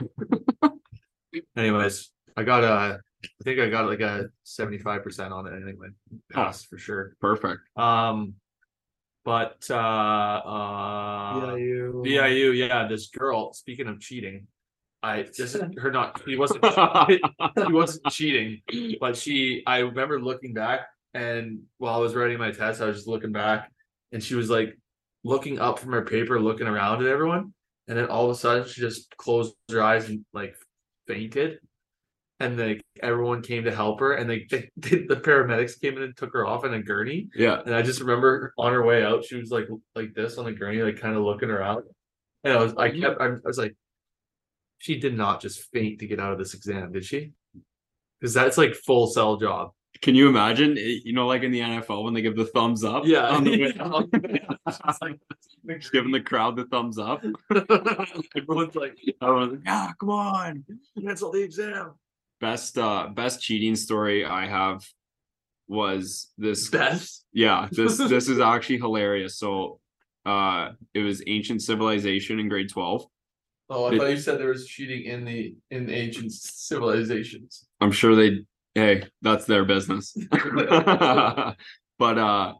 A: Anyways, I got a. I think I got like a seventy-five percent on it anyway. Pass for sure.
C: Perfect.
A: Um, but uh, uh,
B: you.
A: VIU, yeah, this girl. Speaking of cheating, I just her not. He wasn't. he wasn't cheating, but she. I remember looking back, and while I was writing my test, I was just looking back, and she was like looking up from her paper, looking around at everyone, and then all of a sudden she just closed her eyes and like fainted. And like everyone came to help her, and they, they the paramedics came in and took her off in a gurney.
C: Yeah.
A: And I just remember on her way out, she was like like this on the gurney, like kind of looking around. And I was I
C: Mm-hmm.
A: kept I was like, she did not just faint to get out of this exam, did she? Because that's like full cell job.
C: Can you imagine? It- You know, like in the NFL when they give the thumbs up.
A: Yeah.
C: on the way out?
A: It's like-
C: Just giving the crowd the thumbs up.
A: Everyone's like,
C: Everyone's like, ah, come on.
A: cancel the exam.
C: Best uh best cheating story I have was this
A: Best.
C: yeah this this is actually hilarious so uh it was ancient civilization in grade 12
A: Oh, I
C: It-
A: thought you said there was cheating in the in ancient civilizations.
C: i'm sure they hey that's their business but uh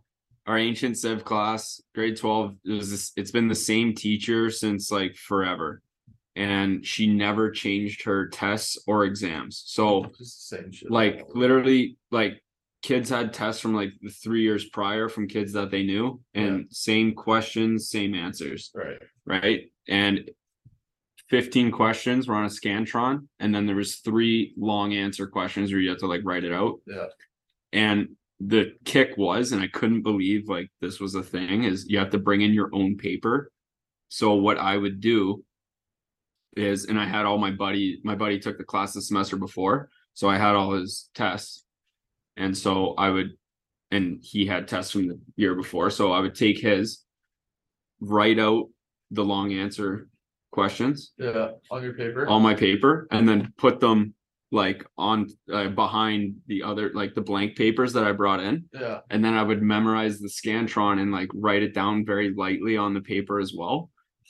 C: our ancient civ class grade 12 it was this, it's been the same teacher since like forever and she never changed her tests or exams so
A: Just the same shit.
C: like literally like kids had tests from like the three years prior from kids that they knew and same questions same answers
A: right.
C: right? And 15 questions were on a Scantron, and then there was three long answer questions where you had to like write it out.
A: Yeah.
C: And the kick was, and I couldn't believe like this was a thing, is you have to bring in your own paper. So what I would do is, and I had all my buddy, my buddy took the class the semester before, so I had all his tests. And so I would, and he had tests from the year before, so I would take his, write out the long answer questions
A: Yeah. On your paper.
C: on my paper and then put them like on uh, behind the other like the blank papers that I brought in
A: yeah.
C: and then I would memorize the scantron and like write it down very lightly on the paper as well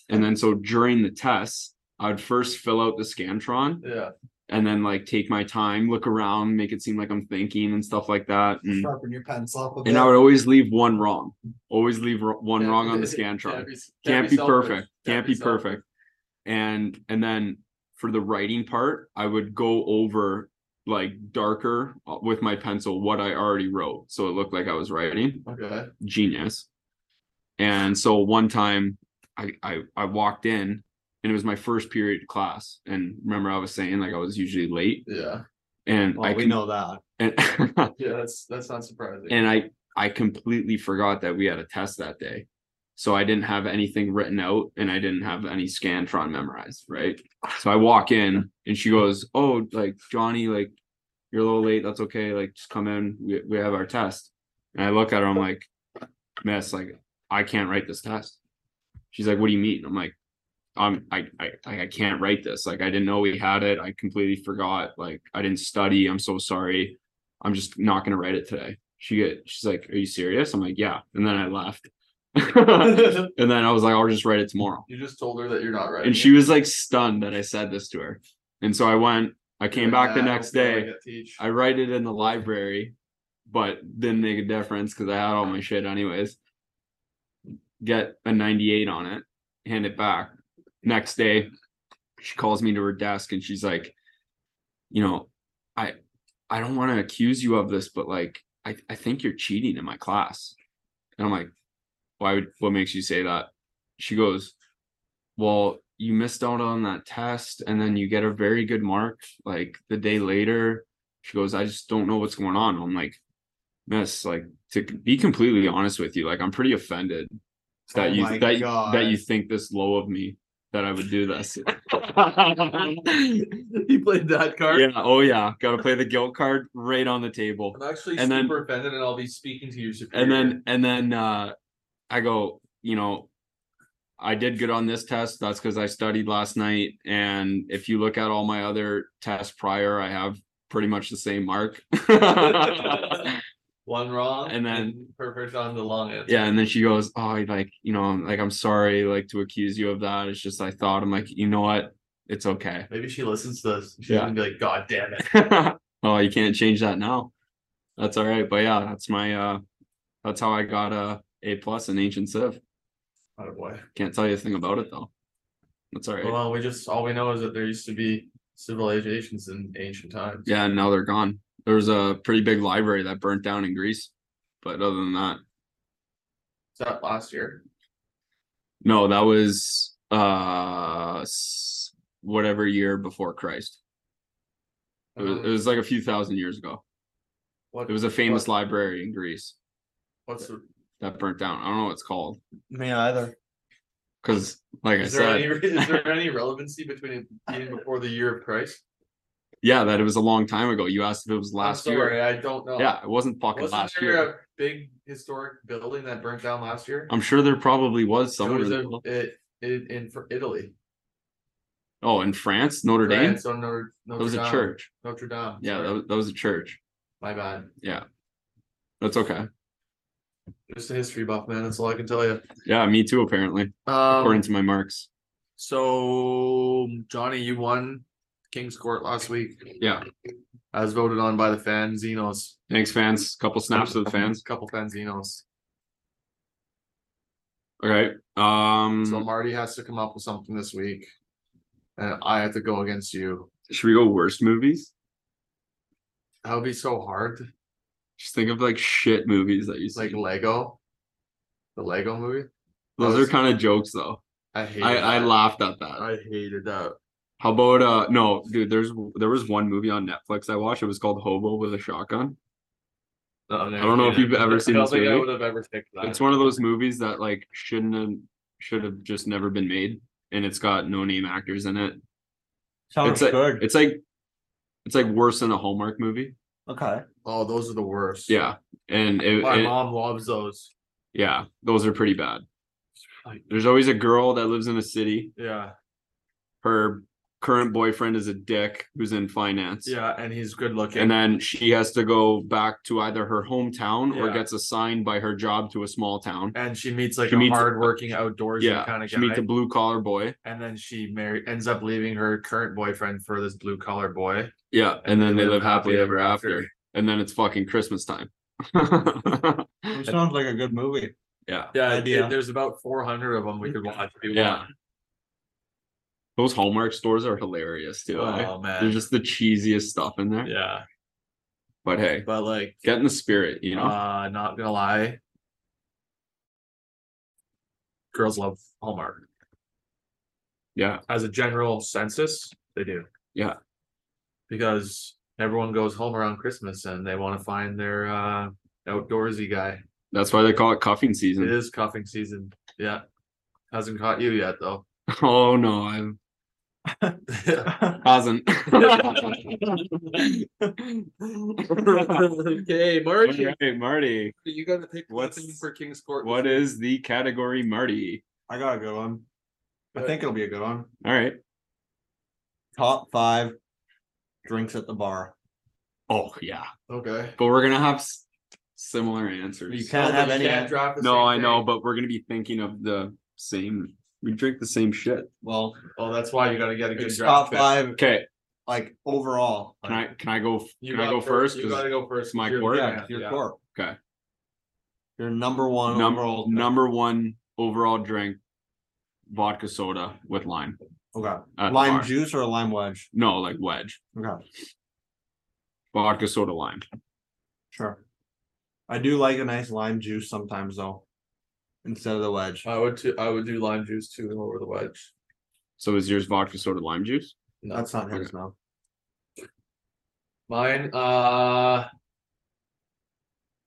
C: and then so during the tests I would first fill out the scantron
A: Yeah.
C: and then like take my time look around make it seem like I'm thinking and stuff like that and,
B: Sharpen your pencil up a bit.
C: and I would always leave one wrong always leave ro- one
A: Yeah.
C: wrong on the
A: Can't
C: scantron
A: be-
C: can't be
A: selfish.
C: perfect can't be
A: selfish.
C: perfect and and then for the writing part i would go over like darker uh, with my pencil what i already wrote so it looked like i was writing
A: Okay.
C: genius and so one time i i, I walked in and it was my first period class and remember i was saying like i was usually late
A: Yeah.
C: and
B: Well,
C: i
B: we
C: can
B: know that.
C: and,
A: Yeah. That's that's not surprising.
C: and I I completely forgot that we had a test that day. So I didn't have anything written out and I didn't have any Scantron memorized, right? So I walk in and she goes, "Oh, like Johnny, like you're a little late. That's okay. Like just come in. We we have our test." And I look at her. I'm like, "Miss, like I can't write this test." She's like, "What do you mean?" I'm like, "Um, I I I I can't write this. Like I didn't know we had it. I completely forgot. Like I didn't study. I'm so sorry. I'm just not gonna write it today." She get she's like, "Are you serious?" I'm like, "Yeah." And then I left. and then I was like, "I'll just write it tomorrow."
A: you just told her that you're not right.
C: And she was like stunned that I said this to her. And so I went, I came back the next day. I write it in the library, but didn't make a difference because I had all my shit anyways. Get a 98 on it, hand it back. Next day, she calls me to her desk and she's like, you know, I I don't want to accuse you of this, but like I, I think you're cheating in my class. And I'm like, why would what makes you say that? She goes, Well, you missed out on that test and then you get a very good mark like the day later. She goes, I just don't know what's going on. I'm like, miss, like to be completely honest with you, like I'm pretty offended that
B: Oh
C: you
B: my
C: that you- that
B: God.
C: you think this low of me that I would do this.
A: he played that card.
C: Yeah. Oh yeah. Got to play the guilt card right on the table.
A: I'm actually
C: And then-
A: super offended, and I'll be speaking to you. Superior.
C: And then and then uh I go, you know, I did good on this test. That's because I studied last night. And if you look at all my other tests prior, I have pretty much the same mark. yeah.
A: one wrong,
C: and then-
A: perfect on the long answer.
C: And then she goes, Oh, I like, you know, I'm like, I'm sorry, like to accuse you of that. It's just I thought I'm like, you know what? It's okay.
A: Maybe she listens to this. She's
C: Yeah.
A: gonna be like, God damn it.
C: oh, you can't change that now. That's all right. But yeah, that's my uh that's how I got a A plus in ancient civ.
A: Oh boy.
C: Can't tell you a thing about it though. That's all right.
A: Well, we just all we know is that there used to be civilizations in ancient times.
C: yeah, and now they're gone. There was a pretty big library that burnt down in Greece. But other than that,
A: Is that last year?
C: no, that was uh s- whatever year before Christ. It was,
A: Uh-huh.
C: it was like a few thousand years ago.
A: What
C: It was a famous
A: what-
C: library in Greece
A: What's the,
C: that burnt down. I don't know what it's called
B: Me either.
C: because, like
A: is
C: I
A: there
C: said,
A: any is there any relevancy between it being before the year of Christ?
C: Yeah, that it was a long time ago. You asked if it was
A: I'm
C: last
A: sorry,
C: year.
A: I don't know.
C: Yeah, it wasn't fucking
A: Wasn't
C: last
A: there
C: year. Um,
A: a big historic building that burnt down last year?
C: I'm sure there probably was
A: It
C: somewhere.
A: was
C: that-
A: in- it, it, in fr- Italy.
C: oh, in France, Notre Dame.
A: France, on Notre,
C: That
A: Notre
C: was a
A: Dame.
C: church.
A: Notre Dame.
C: Yeah, that
A: sorry.
C: was, that was a church.
A: my bad.
C: That's okay.
A: Just a history buff, man. That's all I can tell you.
C: Yeah, me too. Apparently, according
A: Um,
C: to my marks.
A: so Johnny, you won King's Court last week.
C: Yeah.
A: as voted on by the fanzinos.
C: Thanks, fans. Couple snaps to the fans.
A: Couple fanzinos.
C: All right. Um,
A: So Marty has to come up with something this week, and I have to go against you.
C: should we go worst movies?
A: That would be so hard.
C: Just think of like shit movies that you
A: It's like
C: see.
A: Lego, the Lego movie.
C: Those are kind of jokes though.
A: I hate.
C: I I laughed at that.
A: I hated that.
C: How about uh no, dude, there's there was one movie on Netflix I watched. It was called Hobo with a Shotgun.
A: I
C: don't know if you've ever seen
A: I
C: this
A: don't think I
C: movie.
A: would have ever picked that.
C: It's one of those movies that like shouldn't have should have just never been made and it's got no name actors in it.
B: Sounds
C: It's like
B: good.
C: it's like it's like worse than a Hallmark movie.
B: okay.
A: Oh, those are the worst.
C: Yeah. And it,
A: my
C: it-
A: mom loves those.
C: yeah, those are pretty bad. There's always a girl that lives in a city.
A: Yeah,
C: Her current boyfriend is a dick who's in finance.
A: yeah, and he's good looking.
C: And then she has to go back to either her hometown or
A: Yeah.
C: gets assigned by her job to a small town.
A: and she meets like
C: She
A: a
C: meets-
A: hardworking outdoorsy
C: yeah,
A: kind of
C: she
A: guy.
C: meets a blue collar boy.
A: and then she marry ends up leaving her current boyfriend for this blue collar boy.
C: Yeah, and, then they live happily ever after. And then it's fucking Christmas time.
B: It sounds like a good movie.
C: yeah,
A: Yeah,
B: Idea.
A: dude, there's about 400 of them we could watch. if we
C: yeah.
A: want.
C: Those Hallmark stores are hilarious too. eh?
A: Oh man.
C: They're just the cheesiest stuff in there.
A: yeah,
C: But hey,
A: but like,
C: get in the spirit, you know.
A: uh, not gonna lie, girls love Hallmark
C: yeah,
A: as a general census. They do.
C: Yeah.
A: because everyone goes home around Christmas and they want to find their uh outdoorsy guy.
C: that's why they call it cuffing
A: It
C: season.
A: is coughing season. Yeah, hasn't caught you yet though.
C: Oh no, I hasn't.
A: okay, Marty,
C: hey Marty,
A: you got to pick
C: What's-
A: what's for King's Court.
C: what is the category, Marty?
B: I got a good one. I think it'll be a good one.
C: All right.
B: Top five drinks at the bar.
C: Oh yeah,
A: Okay.
C: but we're gonna have s- similar answers.
B: You can't have any. e-
A: draft the
C: No,
A: same
C: I know,
A: thing.
C: but we're gonna be thinking of the same. We drink the same shit.
B: Well,
A: Oh, that's why you got to get a good
B: it's
A: draft.
B: top
A: pick.
B: five,
C: Okay,
B: like overall.
C: can I can I go?
A: You
C: can I
A: got
C: go first?
A: You got to go first.
C: it's my
A: You're-
C: court.
B: Yeah,
A: Yeah,
B: your
A: yeah.
B: core.
C: Okay.
B: Your number one
C: number
B: overall.
C: number one overall drink, vodka soda with lime.
B: Okay.
C: at the
B: Lime
C: bar.
B: juice or a lime wedge?
C: No, like wedge
B: Okay.
C: vodka soda lime.
B: Sure. I do like a nice lime juice sometimes though, instead of the wedge.
A: I would too. I would do lime juice too over the wedge.
C: So is yours vodka soda lime juice?
A: No.
B: That's not his no.
A: mine. Uh,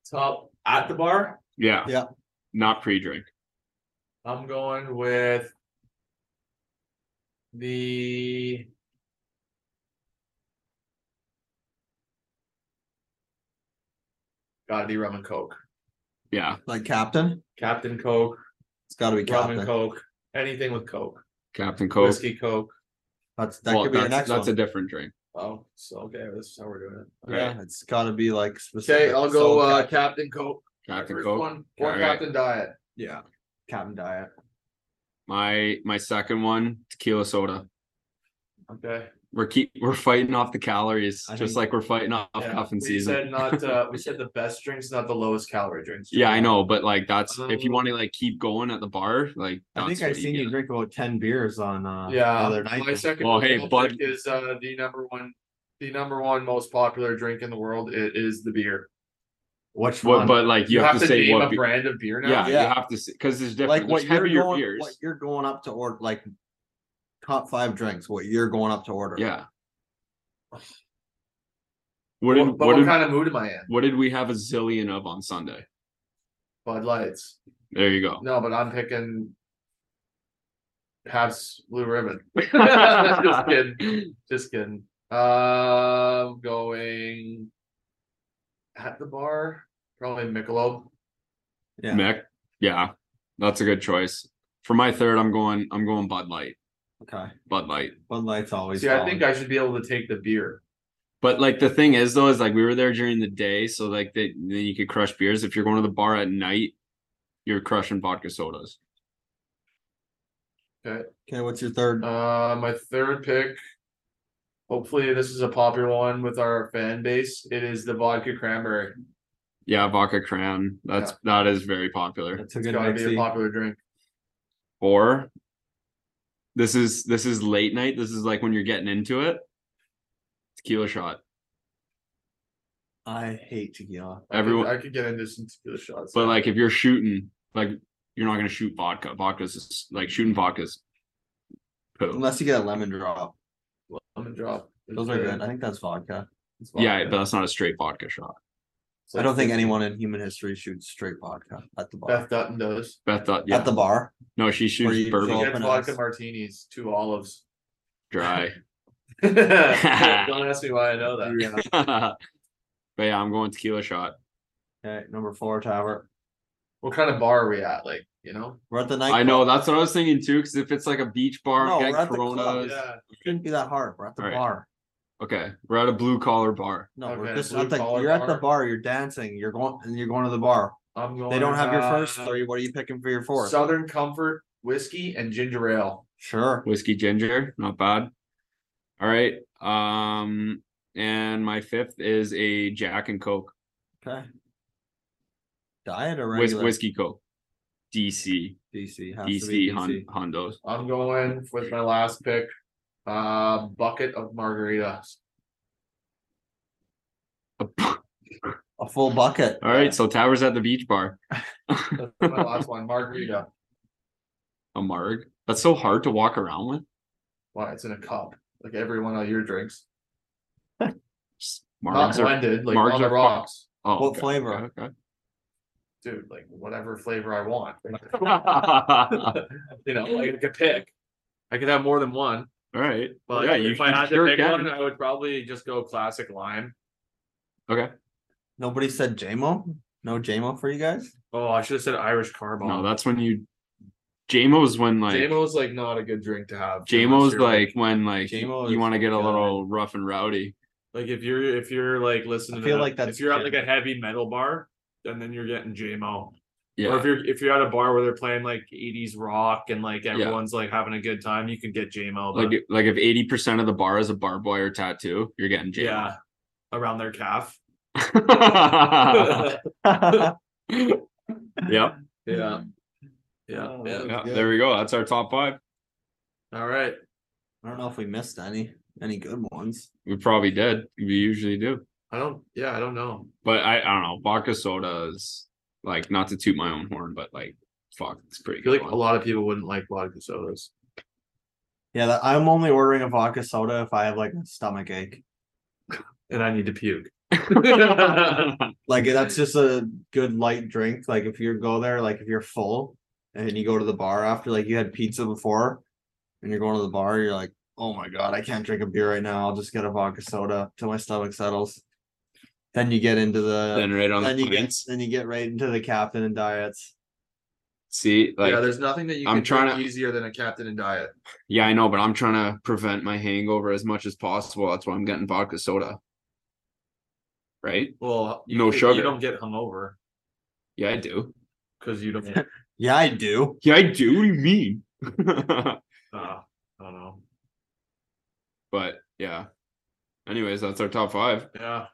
A: top at the bar.
C: Yeah.
B: Yeah.
C: Not pre-drink.
A: I'm going with the gotta be rum and coke.
C: Yeah.
B: Like Captain?
A: Captain Coke,
B: It's gotta be
A: rum and
B: Captain.
A: coke, anything with coke,
C: Captain Coke.
A: whiskey coke.
B: That's that
C: Well,
B: could be your next
C: that's- that's
B: one.
C: a different drink.
A: Oh, so okay, this is how we're doing it.
B: yeah, it's gotta be like specific.
A: Okay, I'll go
B: So,
A: uh
B: Cap-
A: Captain Coke.
C: Captain
A: First
C: Coke.
A: one, or
C: All right.
A: Captain Diet.
B: yeah. Captain Diet.
C: My my second one, tequila soda.
A: Okay.
C: We're keep we're fighting off the calories,
B: I
C: just
B: think-
C: like we're fighting off
A: Yeah,
C: cuffing
A: we
C: season.
A: said not. Uh, we said the best drinks, not the lowest calorie drinks.
C: yeah, I know, but like that's if you
A: Um,
C: want to like keep going at the bar, like
B: I think
C: that's
B: I've
C: what
B: seen you
C: get.
B: drink about ten beers on uh the
A: Yeah.
B: other night.
A: My second.
C: Well, hey,
A: drink
C: Bud-
A: is uh, the number one, the number one most popular drink in the world. It is the beer.
B: Which
C: What,
B: one?
C: but like you, have, to say
A: name
C: what
A: a
C: beer-
A: brand of beer now.
C: yeah, you
B: Yeah.
C: have to because there's
B: like
C: different
B: what
C: there's
B: you're
C: heavier
B: going,
C: beers.
B: what you're going up to order, like top five drinks. What you're going up to order?
C: Yeah. What
A: What,
C: did
A: but
C: what,
A: what
C: did
A: kind of mood am I in?
C: what did we have a zillion of on Sunday?
A: Bud Lights.
C: There you go.
A: No, but I'm picking. Habs Blue Ribbon. Just kidding. Just kidding. Um, going at the bar, probably Michelob.
B: Yeah.
C: Mick, yeah, that's a good choice. For my third, I'm going. I'm going Bud Light.
B: Okay.
C: Bud Light.
B: Bud Light's always.
A: See, I think I should be able to take the beer.
C: But like the thing is though, is like we were there during the day, so like they, then you could crush beers. If you're going to the bar at night, you're crushing vodka sodas.
B: okay. What's your third?
A: Uh, my third pick. Hopefully, this is a popular one with our fan base. It is the vodka cranberry.
C: Yeah, vodka cran. That's that is very popular.
B: That's a
A: It's
B: good
A: gotta be a
B: mixie.
A: popular drink.
C: Or this is this is late night. This is like when you're getting into it. Tequila shot.
B: I hate tequila.
A: I could-
C: Everyone-
A: I could get into some tequila shots.
C: But like if you're shooting, like you're not gonna shoot vodka. Vodka's just, like shooting vodkas. Poo.
B: Unless you get a lemon drop,
A: lemon drop. is
B: those are good. I think that's vodka. It's
C: Yeah,
B: vodka.
C: but that's not a straight vodka shot.
A: It's
B: I
A: like
B: don't think
A: 50.
B: anyone in human history shoots straight vodka at the bar.
A: Beth Dutton does.
C: Beth thought yeah.
B: At the bar,
C: no, she
B: Where
C: shoots
B: you
C: bourbon
A: She
B: Go up
A: gets
B: and
A: vodka
B: ask.
A: martinis, two olives.
C: dry.
A: don't ask me why I know that.
C: but yeah, I'm going tequila shot.
B: okay. Number four, Tavert.
A: What kind of bar are we at? Like, you know?
B: We're at the night.
C: I know that's what I was thinking too. Because if it's like a beach bar,
B: No,
C: get
B: we're at the club,
C: Coronas.
A: Yeah.
B: shouldn't be that hard. We're at the
C: All right.
B: bar.
C: Okay, we're at a blue collar bar.
B: No,
A: Okay,
B: we're just
A: blue
B: at the,
A: collar
B: you're at the
A: bar.
B: bar. You're dancing. You're going and you're going to the bar.
A: I'm going
B: They don't have your first
A: uh,
B: three. What are you picking for your fourth?
A: Southern Comfort whiskey and ginger ale.
B: Sure.
C: Whiskey ginger, not bad. All right. Um, and my fifth is a Jack and Coke,
B: Okay. Diet or
C: Whis-
B: regular?
C: whiskey Coke, DC,
B: DC. Has to be
C: DC, Hon-
B: DC.
C: Hondos.
A: I'm going with my last pick. Uh bucket of margaritas.
C: All
B: A full bucket.
C: right, so Towers at the beach bar.
A: That's my last one. Margarita.
C: a marg. That's so hard to walk around with.
A: Why it's in a cup. Like every one of your drinks.
C: Just
A: Not
B: Oh,
C: Margs are
A: blended, like
C: margs
A: on the
C: are fu-
A: rocks.
C: oh,
B: What
C: okay,
B: flavor?
C: okay, okay.
A: Dude, like whatever flavor I want.
C: All
A: you know, like I could pick. I could have more than one.
C: right.
A: But
C: Yeah, you-
A: if I
C: you
A: had to
C: sure
A: pick
C: can.
A: one, I would probably just go classic lime.
C: Okay.
B: Nobody said JMO. No JMO for you guys.
A: Oh, I should have said Irish Carbon.
C: No, that's when you. JMO's when like
A: JMO's like not a good drink to have. unless
C: JMO's
A: you're,
C: like when like
B: JMO
C: you
B: is
C: want to get a
B: good.
C: little rough and rowdy.
A: like if you're if you're like listening.
B: I feel
A: to,
B: like that's
A: if you're at like
B: good.
A: a heavy metal bar, and then you're getting JMO. Or
C: Yeah,
A: if you're if you're at a bar where they're playing like 80s rock and like everyone's like having a good time, you can get JMO. But
C: like if- like if eighty percent of the bar is a barbed wire tattoo, you're getting JMO.
A: yeah, around their calf.
C: Yeah. yep.
A: Yeah. Yeah.
B: Oh,
A: yeah.
C: Yeah,
B: good.
C: There we go. That's our top five.
A: All right.
B: I don't know if we missed any any good ones.
C: We probably did. We usually do,
A: I don't. Yeah, I don't know.
C: but I I don't know. Vodka soda is like not to toot my own horn, but like fuck, it's pretty
A: I feel
C: good.
A: like a
C: one.
A: lot of people wouldn't like vodka sodas.
B: Yeah, that, I'm only ordering a vodka soda if I have like a stomach ache.
A: and I need to puke.
B: Like that's just a good light drink. Like if you go there, like if you're full and you go to the bar after, like you had pizza before, and you're going to the bar, you're like, oh my god, I can't drink a beer right now. I'll just get a vodka soda till my stomach settles. Then you get into the
C: then right on
B: then
C: the
B: you get
C: pints.
B: then you get right into the captain and diets.
C: See, like
A: yeah, there's nothing that you
C: I'm
A: can
C: trying
A: drink
C: to-
A: easier than a captain and diet.
C: Yeah, I know, but I'm trying to prevent my hangover as much as possible. That's why I'm getting vodka soda. Right?
A: Well, you,
C: No
A: you-
C: sugar.
A: You don't get hungover
C: Yeah, I do.
A: because you don't.
B: Yeah, I do.
A: Ah,
C: Yeah, I do. What do you mean?
A: uh, I don't know.
C: But yeah. Anyways, that's our top five.
A: Yeah,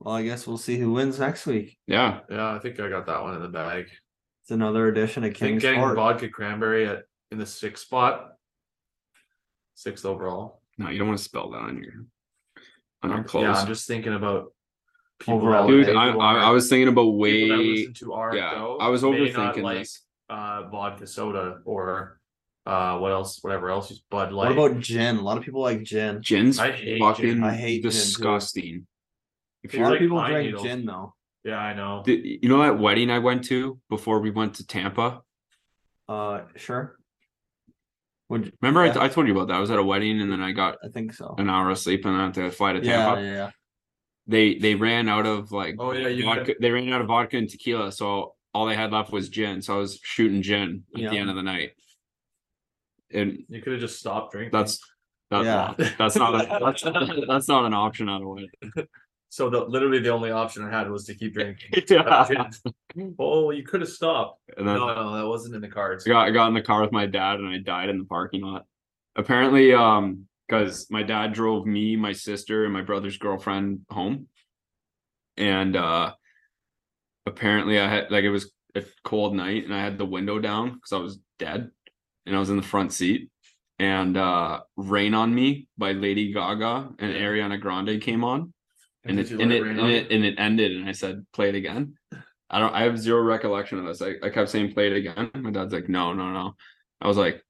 B: Well, I guess we'll see who wins next week.
C: Yeah.
A: yeah. I think I got that one in the bag.
B: It's another edition of
A: I think
B: King's
A: getting
B: Court.
A: vodka cranberry at in the sixth spot, sixth overall.
C: No, you don't want to spell that on your on your
A: Yeah,
C: clothes.
A: I'm just thinking about people
B: Overall.
A: that would
C: Dude, I,
A: think
C: I, I
A: are-
C: was thinking about
A: people that
C: way.
A: listen to our
C: yeah,
A: show
C: I was
A: may not
C: overthinking
A: like
C: this.
A: uh, vodka soda or uh, what else, whatever else is Bud
B: What
A: Light.
B: about gin? A lot of people like gin.
C: Jen's
A: I hate
C: fucking
A: gin.
B: I hate gin, too.
C: disgusting.
A: It's
B: A
C: If you're
B: lot of
A: like
B: people
A: pine
B: drink
A: needles.
B: gin though.
A: yeah, I know.
C: Did- you know that wedding I went to before we went to Tampa?
B: Uh, sure. Would
C: Remember, I,
B: Yeah.
C: I told you about that. I was at a wedding and then I got
B: I think so?
C: an hour of sleep and I had to fly to
B: Yeah,
C: Tampa.
B: yeah, yeah.
C: They they ran out of like
A: Oh yeah, you
C: vodka. They ran out of vodka and tequila, so all they had left was gin. So I was shooting gin at
B: Yeah.
C: the end of the night, and
A: You could have just stopped drinking.
C: that's that's
B: Yeah.
C: that's not a, that's, that's not an option out of wedding.
A: so the literally the only option I had was to keep drinking.
C: Yeah.
A: oh, you could have stopped.
C: And then
A: No, no, that wasn't in the cards.
C: I got I got in the car with my dad and I died in the parking lot. Apparently, um, because my dad drove me, my sister, and my brother's girlfriend home, and uh, apparently I had like it was a cold night and I had the window down because I was dead, and I was in the front seat, and uh, "Rain on Me" by Lady Gaga and
A: Yeah.
C: Ariana Grande came on, and
A: Did
C: it
A: you
C: and
A: let
C: it,
A: rain
C: and
A: on
C: it
A: you?
C: and it ended, and I said, "Play it again." I don't. I have zero recollection of this. I, I kept saying, "Play it again." My dad's like, "No, no, no." I was like,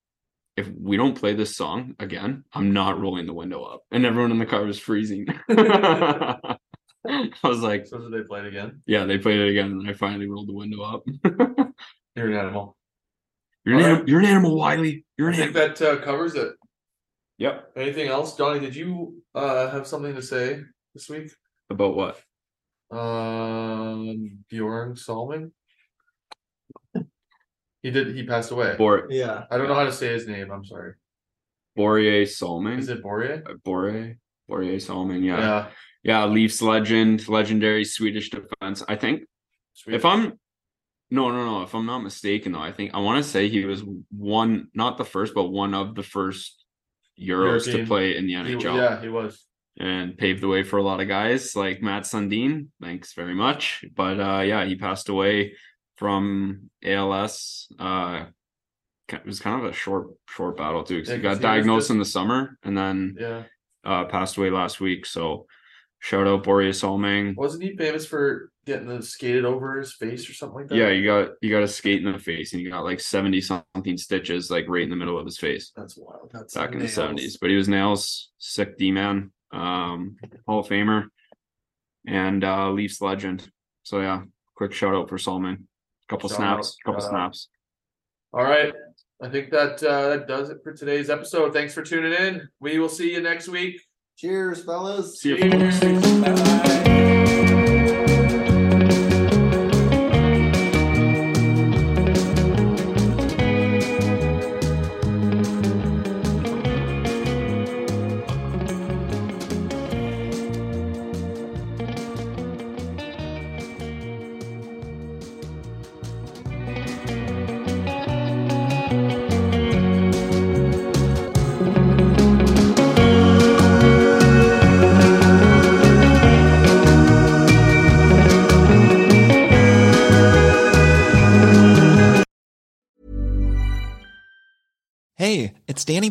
C: "If we don't play this song again, I'm not rolling the window up." And everyone in the car was freezing. I was like,
A: So did they play it again?
C: "Yeah, they played it again," and I finally rolled the window up.
A: You're an animal.
C: you're an
A: All
C: anim-
A: right.
C: you're an animal, Wiley. You're
A: I
C: an
A: think
C: animal.
A: that uh, covers it.
C: Yep.
A: Anything else, Donnie? Did you uh, have something to say this week?
C: About what?
A: Um, Bjorn Salmon. He did. He passed away.
C: Bor
B: Yeah.
A: I don't know how to say his name. I'm sorry.
C: Borea Solman.
A: Is it Borje?
C: Uh, Bore Bore Solomon, yeah. yeah.
A: Yeah.
C: Leafs legend, legendary Swedish defense. I think
A: Sweet.
C: if I'm no, no, no, if I'm not mistaken though, I think I want to say he was one not the first, but one of the first Euros to
A: European.
C: play in the
A: He-
C: NHL
A: yeah, he was.
C: and paved the way for a lot of guys like Matt Sundin. Thanks very much. But uh yeah, he passed away from ALS. Uh ki- it was kind of a short, short battle too. 'cause
A: Yeah,
C: he
A: 'cause he was
C: got diagnosed
A: just-
C: in the summer and then
A: Yeah.
C: uh, passed away last week. So shout out Boreas Solming.
A: Wasn't he famous for getting the skated over his face or something like that?
C: Yeah, you got you got a skate in the face, and you got like seventy something stitches, like right in the middle of his face
A: That's wild. That's
C: back in the
A: nails.
C: seventies. But he was nails sick D man, um, Hall of Famer, and uh, Leafs legend. So yeah, quick shout out for Solming. Couple
A: Shout
C: snaps,
A: out,
C: couple
A: shout out.
C: snaps.
A: All right. I think that uh, that does it for today's episode. Thanks for tuning in. We will see you next week.
B: Cheers, fellas.
C: See you. folks.
A: Bye.
E: Hey, it's Danny